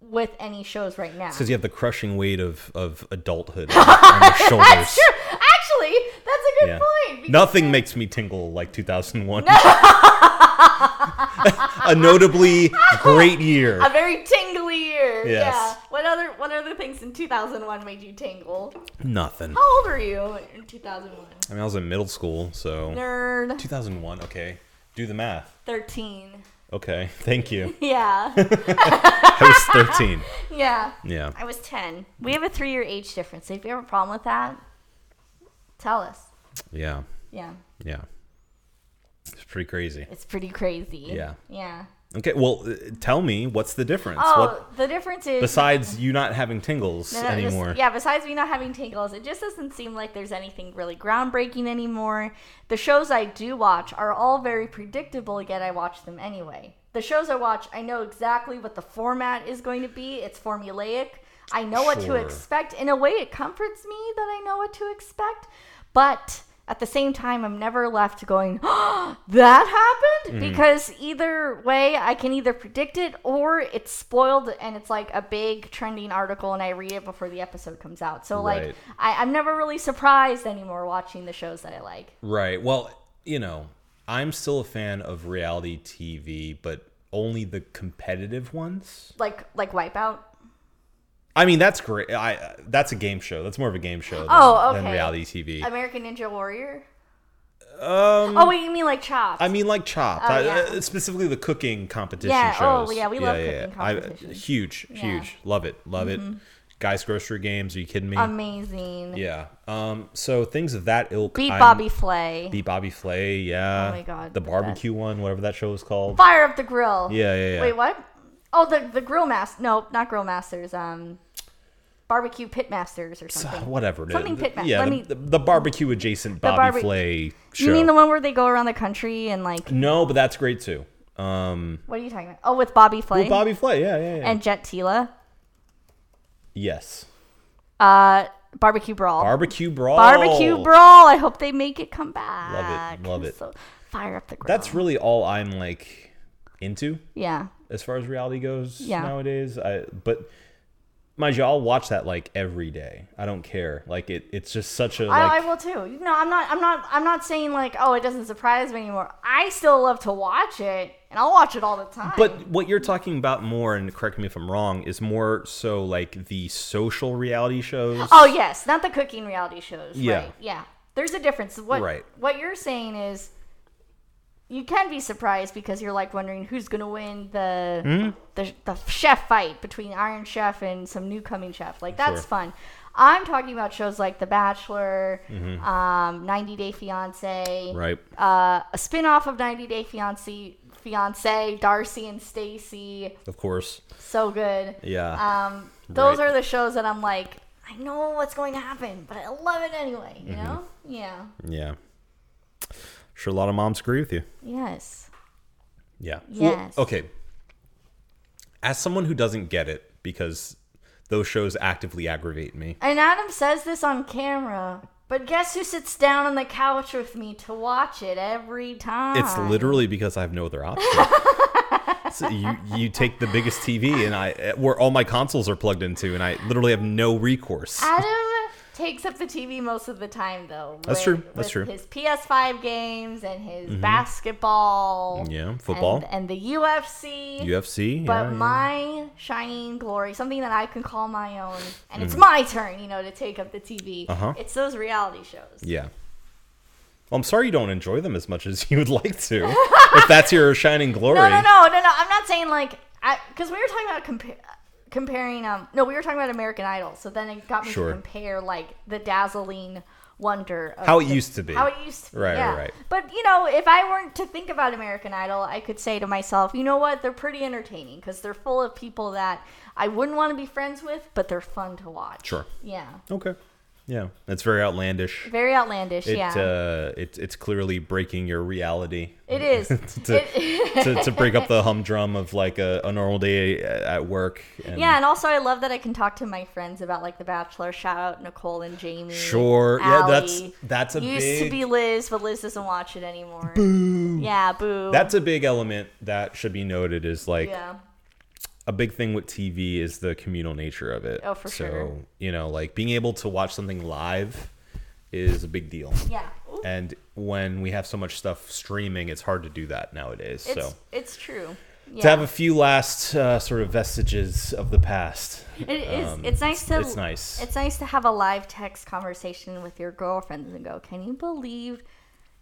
Speaker 2: with any shows right now.
Speaker 1: Because you have the crushing weight of of adulthood on your shoulders.
Speaker 2: Sure, actually, that's a good
Speaker 1: Yeah.
Speaker 2: point. because-
Speaker 1: Nothing makes me tingle like 2001. a notably great year.
Speaker 2: a very tingly year.
Speaker 1: Yes.
Speaker 2: Yeah. What other What other things in 2001 made you tingle?
Speaker 1: Nothing.
Speaker 2: How old were you in 2001?
Speaker 1: I mean, I was in middle school, so
Speaker 2: Nerd.
Speaker 1: 2001. Okay, do the math.
Speaker 2: 13.
Speaker 1: Okay, thank you.
Speaker 2: Yeah.
Speaker 1: I was 13.
Speaker 2: yeah.
Speaker 1: Yeah.
Speaker 2: I was 10. We have a three year age difference. If you have a problem with that, tell us.
Speaker 1: Yeah.
Speaker 2: Yeah.
Speaker 1: Yeah. It's pretty crazy.
Speaker 2: It's pretty crazy.
Speaker 1: Yeah.
Speaker 2: Yeah.
Speaker 1: Okay, well, uh, tell me what's the difference?
Speaker 2: Oh,
Speaker 1: What
Speaker 2: the difference is.
Speaker 1: besides you not having tingles
Speaker 2: No, no, just-
Speaker 1: anymore?
Speaker 2: yeah, besides me not having tingles, it just doesn't seem like there's anything really groundbreaking anymore. The shows I do watch are all very predictable, yet I watch them anyway. The shows I watch, I know exactly what the format is going to be. It's formulaic. I know what to
Speaker 1: Sure.
Speaker 2: expect. In a way, it comforts me that I know what to expect, but at the same time, I'm never left going, "Oh, that happened?
Speaker 1: Mm-hmm.
Speaker 2: Because either way, I can either predict it or it's spoiled and it's like a big trending article and I read it before the episode comes out. So, like,
Speaker 1: Right.
Speaker 2: I, I'm never really surprised anymore watching the shows that I like.
Speaker 1: Right. Well, you know, I'm still a fan of reality TV, but only the competitive ones.
Speaker 2: Like, like Wipeout.
Speaker 1: I mean, that's great. I uh, that's a game show. That's more of a game show than,
Speaker 2: Oh,
Speaker 1: than
Speaker 2: okay.
Speaker 1: reality TV.
Speaker 2: American Ninja Warrior.
Speaker 1: Um,
Speaker 2: Oh, wait, you mean like Chopped?
Speaker 1: I mean, like Chopped, I-
Speaker 2: oh, yeah.
Speaker 1: uh, specifically the cooking competition
Speaker 2: Yeah, oh,
Speaker 1: shows.
Speaker 2: yeah, we love cooking
Speaker 1: I-
Speaker 2: competitions. Mm-hmm.
Speaker 1: huge, huge, love it, love it. Guys, grocery games. Are you kidding me?
Speaker 2: Um, Amazing.
Speaker 1: yeah. Um. So things of that ilk.
Speaker 2: Beat
Speaker 1: I'm-
Speaker 2: Bobby Flay.
Speaker 1: Beat Bobby Flay. Yeah.
Speaker 2: Oh my God,
Speaker 1: The
Speaker 2: the
Speaker 1: barbecue one, whatever that show is called.
Speaker 2: Fire up the grill.
Speaker 1: Yeah, yeah, yeah.
Speaker 2: Wait, what? Oh, the the grill master. No, not grill masters. Um, barbecue pit masters or
Speaker 1: Uh,
Speaker 2: something.
Speaker 1: whatever. it is.
Speaker 2: Something Pitman.
Speaker 1: Yeah,
Speaker 2: Let
Speaker 1: the,
Speaker 2: me-
Speaker 1: the, the barbecue adjacent Bobby
Speaker 2: barbe-
Speaker 1: Flay show.
Speaker 2: You mean the one where they go around the country and like?
Speaker 1: no, but that's great too. Um,
Speaker 2: What are you talking about? Oh, with Bobby Flay
Speaker 1: with Bobby Flay, yeah, yeah, yeah.
Speaker 2: and Jet Tila.
Speaker 1: yes,
Speaker 2: Uh, barbecue brawl.
Speaker 1: barbecue brawl.
Speaker 2: barbecue brawl. I hope they make it come back.
Speaker 1: Oh. love
Speaker 2: I'm
Speaker 1: it.
Speaker 2: So fire up the grill.
Speaker 1: That's really all I'm like into
Speaker 2: yeah.
Speaker 1: as far as reality goes
Speaker 2: Yeah.
Speaker 1: nowadays. I but mind you, I'll watch that like every day. I don't care. Like it, it's just such a like.
Speaker 2: I, I will too. No, I'm not. I'm not. I'm not saying like, oh, it doesn't surprise me anymore. I still love to watch it, and I'll watch it all the time.
Speaker 1: But what you're talking about more, and correct me if I'm wrong, is more so like the social reality shows.
Speaker 2: Oh yes, not the cooking reality shows.
Speaker 1: Yeah.
Speaker 2: Right. Yeah. There's a difference. What
Speaker 1: Right.
Speaker 2: what you're saying is you can be surprised because you're like wondering who's going to win the,
Speaker 1: Hmm?
Speaker 2: the the chef fight between Iron Chef and some new coming chef. Like that's
Speaker 1: Sure.
Speaker 2: fun. I'm talking about shows like The Bachelor, um, 90 Day Fiance,
Speaker 1: Mm-hmm. Right.
Speaker 2: uh, a spin-off of 90 Day Fiance, Fiance, Darcy and Stacy.
Speaker 1: Of course.
Speaker 2: So good.
Speaker 1: Yeah.
Speaker 2: Um, those
Speaker 1: Right.
Speaker 2: are the shows that I'm like, I know what's going to happen, but I love it anyway. You know?
Speaker 1: Mm-hmm.
Speaker 2: Yeah.
Speaker 1: Yeah. Sure, a lot of moms agree with you.
Speaker 2: Yes.
Speaker 1: Yeah.
Speaker 2: Yes.
Speaker 1: okay. As someone who doesn't get it, because those shows actively aggravate me.
Speaker 2: And Adam says this on camera But guess who sits down on the couch with me to watch it every time?
Speaker 1: It's literally because I have no other option. so you you take the biggest TV and I where all my consoles are plugged into, and I literally have no recourse.
Speaker 2: Adam takes up the TV most of the time, though.
Speaker 1: That's
Speaker 2: with-
Speaker 1: true. That's
Speaker 2: with
Speaker 1: true. Mm-hmm.
Speaker 2: His PS5 games and his basketball.
Speaker 1: Yeah,
Speaker 2: and-
Speaker 1: football.
Speaker 2: and, the UFC.
Speaker 1: UFC,
Speaker 2: But
Speaker 1: yeah, yeah.
Speaker 2: my shining glory, something that I can call my own, and it's my turn, you know, to take up the TV.
Speaker 1: Mm. Uh-huh.
Speaker 2: It's those reality shows.
Speaker 1: Yeah. Well, I'm sorry you don't enjoy them as much as you would like to. if that's your shining glory.
Speaker 2: No, no, no, no, no. I'm not saying like because we were talking about compa- comparing. Um, no, we were talking about American Idol. So then it got me
Speaker 1: Sure.
Speaker 2: to compare like the dazzling wonder of
Speaker 1: How it
Speaker 2: the-
Speaker 1: used to be.
Speaker 2: How it used to be.
Speaker 1: Right, right,
Speaker 2: yeah.
Speaker 1: right.
Speaker 2: But you know, if I weren't to think about American Idol, I could say to myself, you know what? They're pretty entertaining because they're full of people that I wouldn't want to be friends with, but they're fun to watch.
Speaker 1: Sure.
Speaker 2: Yeah.
Speaker 1: Okay. Yeah. That's very outlandish.
Speaker 2: Very outlandish.
Speaker 1: It,
Speaker 2: yeah.
Speaker 1: uh, it, it's clearly breaking your reality.
Speaker 2: it is.
Speaker 1: to,
Speaker 2: It-
Speaker 1: to, to break up the humdrum of like a, a normal day at work. And
Speaker 2: Yeah, and also I love that I can talk to my friends about like The Bachelor. Shout out Nicole and Jamie.
Speaker 1: Sure. Yeah, that's-
Speaker 2: Allie.
Speaker 1: that's a
Speaker 2: used
Speaker 1: big-
Speaker 2: to be Liz, but Liz doesn't watch it anymore. Boo. Yeah, boo.
Speaker 1: That's a big element that should be noted is like
Speaker 2: yeah.
Speaker 1: a big thing with TV is the communal nature of it.
Speaker 2: Oh, for
Speaker 1: so,
Speaker 2: sure.
Speaker 1: you know, like being able to watch something live is a big deal.
Speaker 2: Yeah. Ooh,
Speaker 1: And when we have so much stuff streaming, it's hard to do that nowadays.
Speaker 2: it's
Speaker 1: so
Speaker 2: it's true. Yeah.
Speaker 1: to have a few last uh, sort of vestiges of the past.
Speaker 2: It is.
Speaker 1: um,
Speaker 2: it's nice to.
Speaker 1: it's nice.
Speaker 2: It's nice to have a live text conversation with your girlfriends and go, "Can you believe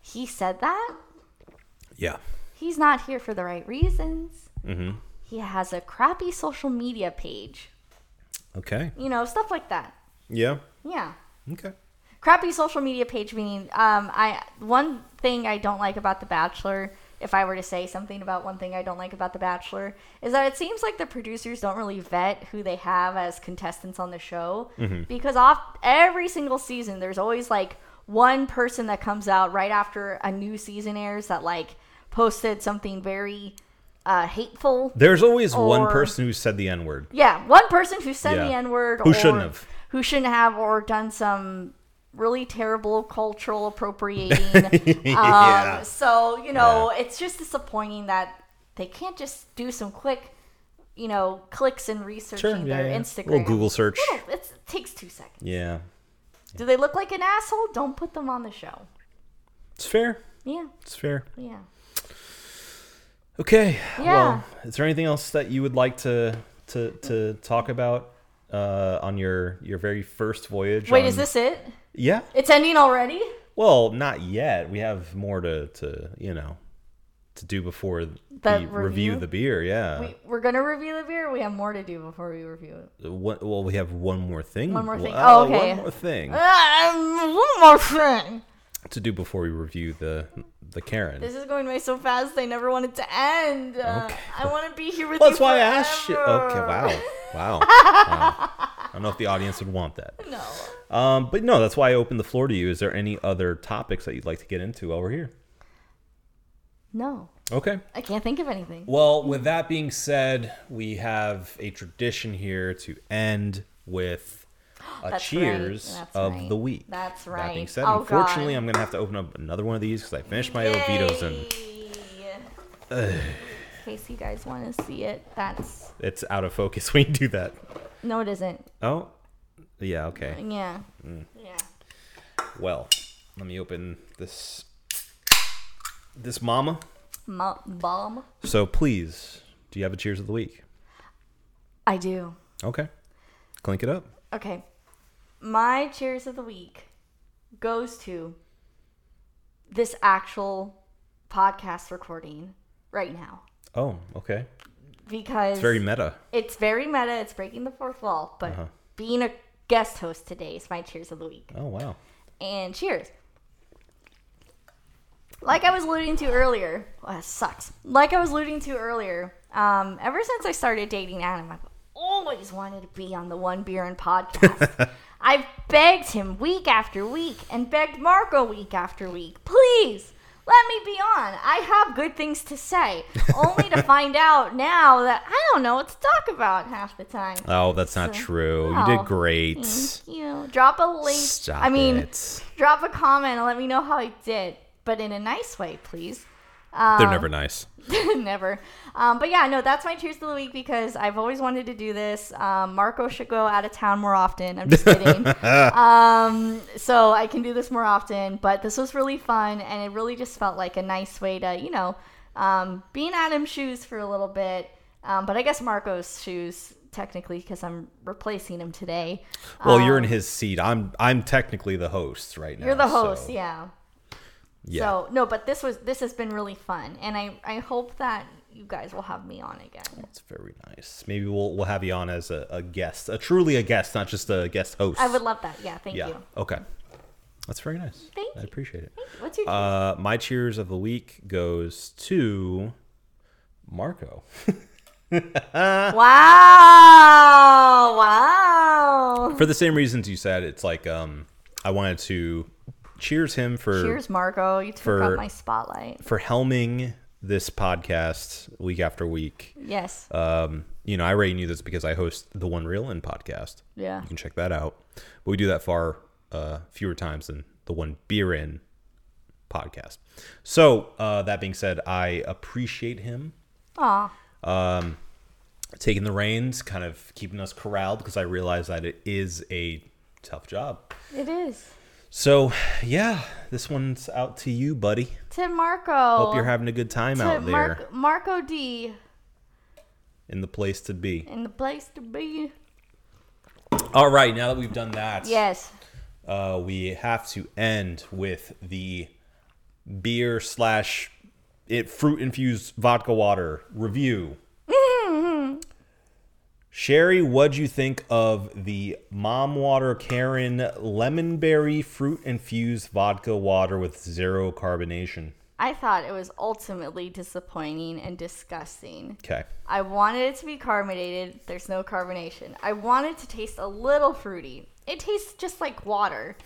Speaker 2: he said that?
Speaker 1: Yeah.
Speaker 2: He's not here for the right reasons. Mm-hmm. He has a crappy social media page.
Speaker 1: Okay.
Speaker 2: You know, stuff like that.
Speaker 1: Yeah.
Speaker 2: Yeah."
Speaker 1: Okay.
Speaker 2: crappy social media page meaning um i one thing i don't like about the bachelor if i were to say something about one thing i don't like about the bachelor is that it seems like the producers don't really vet who they have as contestants on the show because off every single season there's always like one person that comes out right after a new season airs that like posted something very uh, hateful
Speaker 1: There's always one
Speaker 2: Or-
Speaker 1: person who said the N word.
Speaker 2: yeah, one person who said the
Speaker 1: Yeah.
Speaker 2: N word,
Speaker 1: Who shouldn't have.
Speaker 2: who shouldn't have, or done some really terrible cultural appropriating. um,
Speaker 1: Yeah.
Speaker 2: So you know, it's just disappointing that they can't just do some quick, you know, clicks and researching their Instagram.
Speaker 1: Little Google search.
Speaker 2: Little- it's- it takes two seconds.
Speaker 1: Yeah.
Speaker 2: Do they look like an asshole? Don't put them on the show.
Speaker 1: It's fair.
Speaker 2: Yeah,
Speaker 1: It's fair.
Speaker 2: yeah.
Speaker 1: Okay.
Speaker 2: Yeah.
Speaker 1: Well, is there anything else that you would like to to to talk about uh, on your your very first voyage?
Speaker 2: Wait,
Speaker 1: on-
Speaker 2: is this it?
Speaker 1: Yeah.
Speaker 2: It's ending already.
Speaker 1: Well, not yet. We have more to to you know to do before the review?
Speaker 2: review?
Speaker 1: the beer. Yeah.
Speaker 2: We, we're gonna review the beer. We have more to do before we review it.
Speaker 1: What- well, we have one more thing.
Speaker 2: One more thing.
Speaker 1: Well,
Speaker 2: Oh, okay.
Speaker 1: One more thing
Speaker 2: Um, one more thing.
Speaker 1: to do before we review the the Karen.
Speaker 2: This is going by so fast. I never want it to end. Uh,
Speaker 1: Okay.
Speaker 2: I want to be here with
Speaker 1: well,
Speaker 2: you.
Speaker 1: that's why I asked you. Okay.
Speaker 2: forever.
Speaker 1: Wow. Wow. wow. I don't know if the audience would want that.
Speaker 2: No.
Speaker 1: Um, but no, that's why I opened the floor to you. Is there any other topics that you'd like to get into while we're here?
Speaker 2: No.
Speaker 1: Okay.
Speaker 2: I can't think of anything.
Speaker 1: Well, with that being said, we have a tradition here to end with a
Speaker 2: That's
Speaker 1: cheers
Speaker 2: right. That's
Speaker 1: of
Speaker 2: right.
Speaker 1: the week.
Speaker 2: That's
Speaker 1: That being
Speaker 2: right.
Speaker 1: said,
Speaker 2: Oh,
Speaker 1: unfortunately,
Speaker 2: God.
Speaker 1: I'm going to have to open up another one of these because I finished my
Speaker 2: Yay.
Speaker 1: Oviedos and
Speaker 2: In case you guys want to see it, that's
Speaker 1: it's out of focus when you do that.
Speaker 2: no, it isn't.
Speaker 1: Oh, yeah, okay.
Speaker 2: Yeah.
Speaker 1: Mm.
Speaker 2: Yeah.
Speaker 1: Well, let me open this this mama.
Speaker 2: Mo- bomb.
Speaker 1: So please, do you have a cheers of the week?
Speaker 2: I do.
Speaker 1: Okay, clink it up.
Speaker 2: Okay. My cheers of the week goes to this actual podcast recording right now
Speaker 1: Oh, okay.
Speaker 2: because
Speaker 1: It's very meta.
Speaker 2: It's very meta. It's breaking the fourth wall, but being a guest host today is my cheers of the week.
Speaker 1: Oh wow.
Speaker 2: And cheers. Like I was alluding to earlier, well, that sucks. Like I was alluding to earlier, um, ever since I started dating Adam, I've always wanted to be on the One Beer and podcast. I've begged him week after week and begged Marco week after week, please Let me be on. I have good things to say, only to find out now that I don't know what to talk about half the time.
Speaker 1: Oh, that's not
Speaker 2: So-
Speaker 1: true. You
Speaker 2: Oh,
Speaker 1: did great.
Speaker 2: Thank you. Drop a link.
Speaker 1: Stop
Speaker 2: I mean,
Speaker 1: it.
Speaker 2: drop a comment and let me know how I did, but in a nice way, please.
Speaker 1: They're
Speaker 2: uh,
Speaker 1: never nice.
Speaker 2: Never. Um, but yeah, no, that's my cheers of the week because I've always wanted to do this. Um, Marco should go out of town more often. I'm just kidding. um, so I can do this more often. But this was really fun, and it really just felt like a nice way to, you know, um, be in Adam's shoes for a little bit. Um, but I guess Marco's shoes technically because I'm replacing him today.
Speaker 1: Well, you're in his seat. I'm I'm technically the host right now.
Speaker 2: um, You're the host,
Speaker 1: so-
Speaker 2: yeah.
Speaker 1: Yeah.
Speaker 2: So no, but this was this has been really fun, and I I hope that you guys will have me on again.
Speaker 1: That's very nice. Maybe we'll we'll have you on as a, a guest, a truly a guest, not just a guest host.
Speaker 2: I would love that. Yeah, thank
Speaker 1: Yeah.
Speaker 2: you.
Speaker 1: Okay. That's very nice.
Speaker 2: Thank
Speaker 1: I
Speaker 2: you.
Speaker 1: appreciate it.
Speaker 2: What's your
Speaker 1: Uh, my cheers of the week goes to Marco.
Speaker 2: wow? Wow.
Speaker 1: For the same reasons you said, it's like um, I wanted to cheers him for
Speaker 2: Cheers, Marco. You took
Speaker 1: for-
Speaker 2: up my spotlight.
Speaker 1: for helming this podcast week after week.
Speaker 2: Yes.
Speaker 1: Um, you know, I already knew this because I host the One Real In podcast.
Speaker 2: Yeah.
Speaker 1: You can check that out. But we do that far uh, fewer times than the One Beer In podcast. So uh, that being said, I appreciate him
Speaker 2: Aw.
Speaker 1: taking the reins, kind of keeping us corralled because I realize that it is a tough job.
Speaker 2: It is.
Speaker 1: So yeah, this one's out to you, buddy.
Speaker 2: To Marco.
Speaker 1: Hope you're having a good time
Speaker 2: to
Speaker 1: out there
Speaker 2: Mar- Marco D
Speaker 1: in the place to be.
Speaker 2: in the place to be.
Speaker 1: All right, now that we've done that,
Speaker 2: Yes.
Speaker 1: uh, we have to end with the beer slash it fruit infused vodka water review. Sherry, what'd you think of the Mom Water Karen lemon berry fruit infused vodka water with zero carbonation?
Speaker 2: I thought it was ultimately disappointing and disgusting.
Speaker 1: Okay.
Speaker 2: I wanted it to be carbonated. There's no carbonation. I wanted to taste a little fruity. It tastes just like water.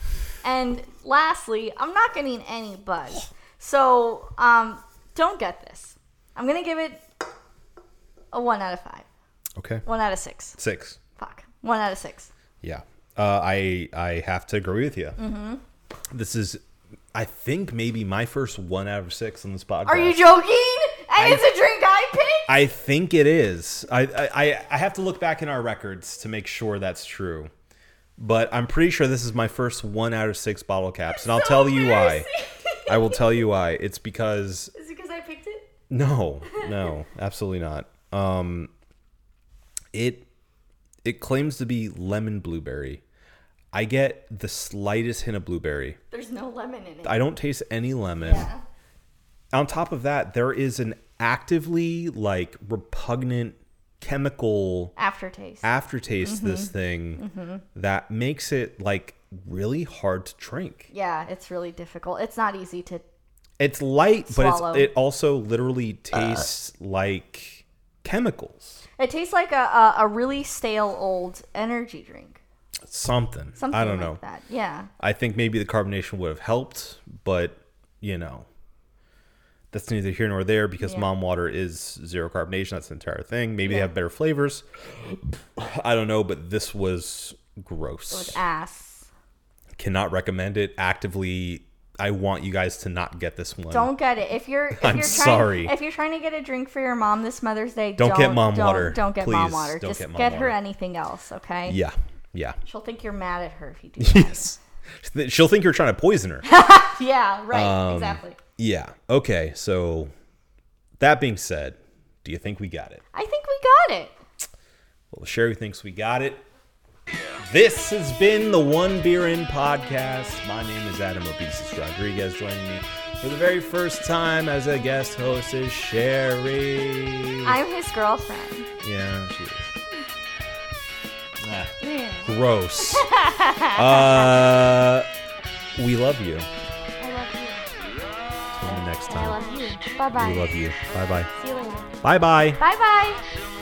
Speaker 2: And lastly, I'm not getting any buzz. So um, don't get this. I'm going to give it a 1 out of 5.
Speaker 1: Okay.
Speaker 2: 1 out of 6.
Speaker 1: Six.
Speaker 2: Fuck. 1 out of 6.
Speaker 1: Yeah, uh, I I have to agree with you.
Speaker 2: Mm-hmm.
Speaker 1: This is, I think maybe my first one out of six on this podcast.
Speaker 2: Are you joking? And it's a drink I picked?
Speaker 1: I think it is. I, I I- I have to look back in our records to make sure that's true, but I'm pretty sure this is my first one out of six bottle caps, and I'll
Speaker 2: So
Speaker 1: tell you why.
Speaker 2: embarrassing.
Speaker 1: I will tell you why. It's because
Speaker 2: Is it because I picked it?
Speaker 1: no, no, absolutely not. Um, it it claims to be lemon blueberry. I get the slightest hint of blueberry.
Speaker 2: There's no lemon in it.
Speaker 1: I don't taste any lemon.
Speaker 2: yeah.
Speaker 1: On top of that, there is an actively like repugnant chemical
Speaker 2: Aftertaste.
Speaker 1: aftertaste to
Speaker 2: Mm-hmm.
Speaker 1: this thing that makes it like really hard to drink.
Speaker 2: yeah, it's really difficult. It's not easy to
Speaker 1: It's light,
Speaker 2: Swallow. Uh.
Speaker 1: but it's, it also literally tastes like chemicals.
Speaker 2: It tastes like a, a, a really stale old energy drink.
Speaker 1: Something.
Speaker 2: Something
Speaker 1: I don't
Speaker 2: like
Speaker 1: know.
Speaker 2: that. Yeah.
Speaker 1: I think maybe the carbonation would have helped, but you know, that's neither here nor there because mom water is zero carbonation. That's the entire thing. Maybe they
Speaker 2: Yeah.
Speaker 1: have better flavors. I don't know, but this was gross.
Speaker 2: With ass.
Speaker 1: Cannot recommend it actively. I want you guys to not get this one.
Speaker 2: Don't get it. If you're if
Speaker 1: I'm
Speaker 2: you're trying
Speaker 1: sorry.
Speaker 2: if you're trying to get a drink for your mom this Mother's Day,
Speaker 1: Don't
Speaker 2: don't,
Speaker 1: get mom
Speaker 2: don't-
Speaker 1: water.
Speaker 2: Don't get mom
Speaker 1: Please,
Speaker 2: water.
Speaker 1: don't
Speaker 2: Just
Speaker 1: get
Speaker 2: get,
Speaker 1: mom
Speaker 2: her
Speaker 1: water.
Speaker 2: anything else, okay?
Speaker 1: Yeah, yeah.
Speaker 2: She'll think you're mad at her if you do that.
Speaker 1: Yes, she'll think you're trying to poison her.
Speaker 2: yeah, right.
Speaker 1: Um,
Speaker 2: exactly.
Speaker 1: yeah. Okay. So, that being said, do you think we got it?
Speaker 2: I think we got it.
Speaker 1: Well, Sherry thinks we got it. This has been the One Beer In podcast. My name is Adam Obesis Rodriguez. Joining me for the very first time as a guest host is Sherry.
Speaker 2: I'm his girlfriend.
Speaker 1: yeah, she is. Ah,
Speaker 2: Yeah.
Speaker 1: gross. uh, we love you.
Speaker 2: I love you.
Speaker 1: Until next
Speaker 2: I
Speaker 1: time.
Speaker 2: love you. Bye bye.
Speaker 1: We love you. Bye bye.
Speaker 2: See you later.
Speaker 1: Bye bye.
Speaker 2: Bye bye.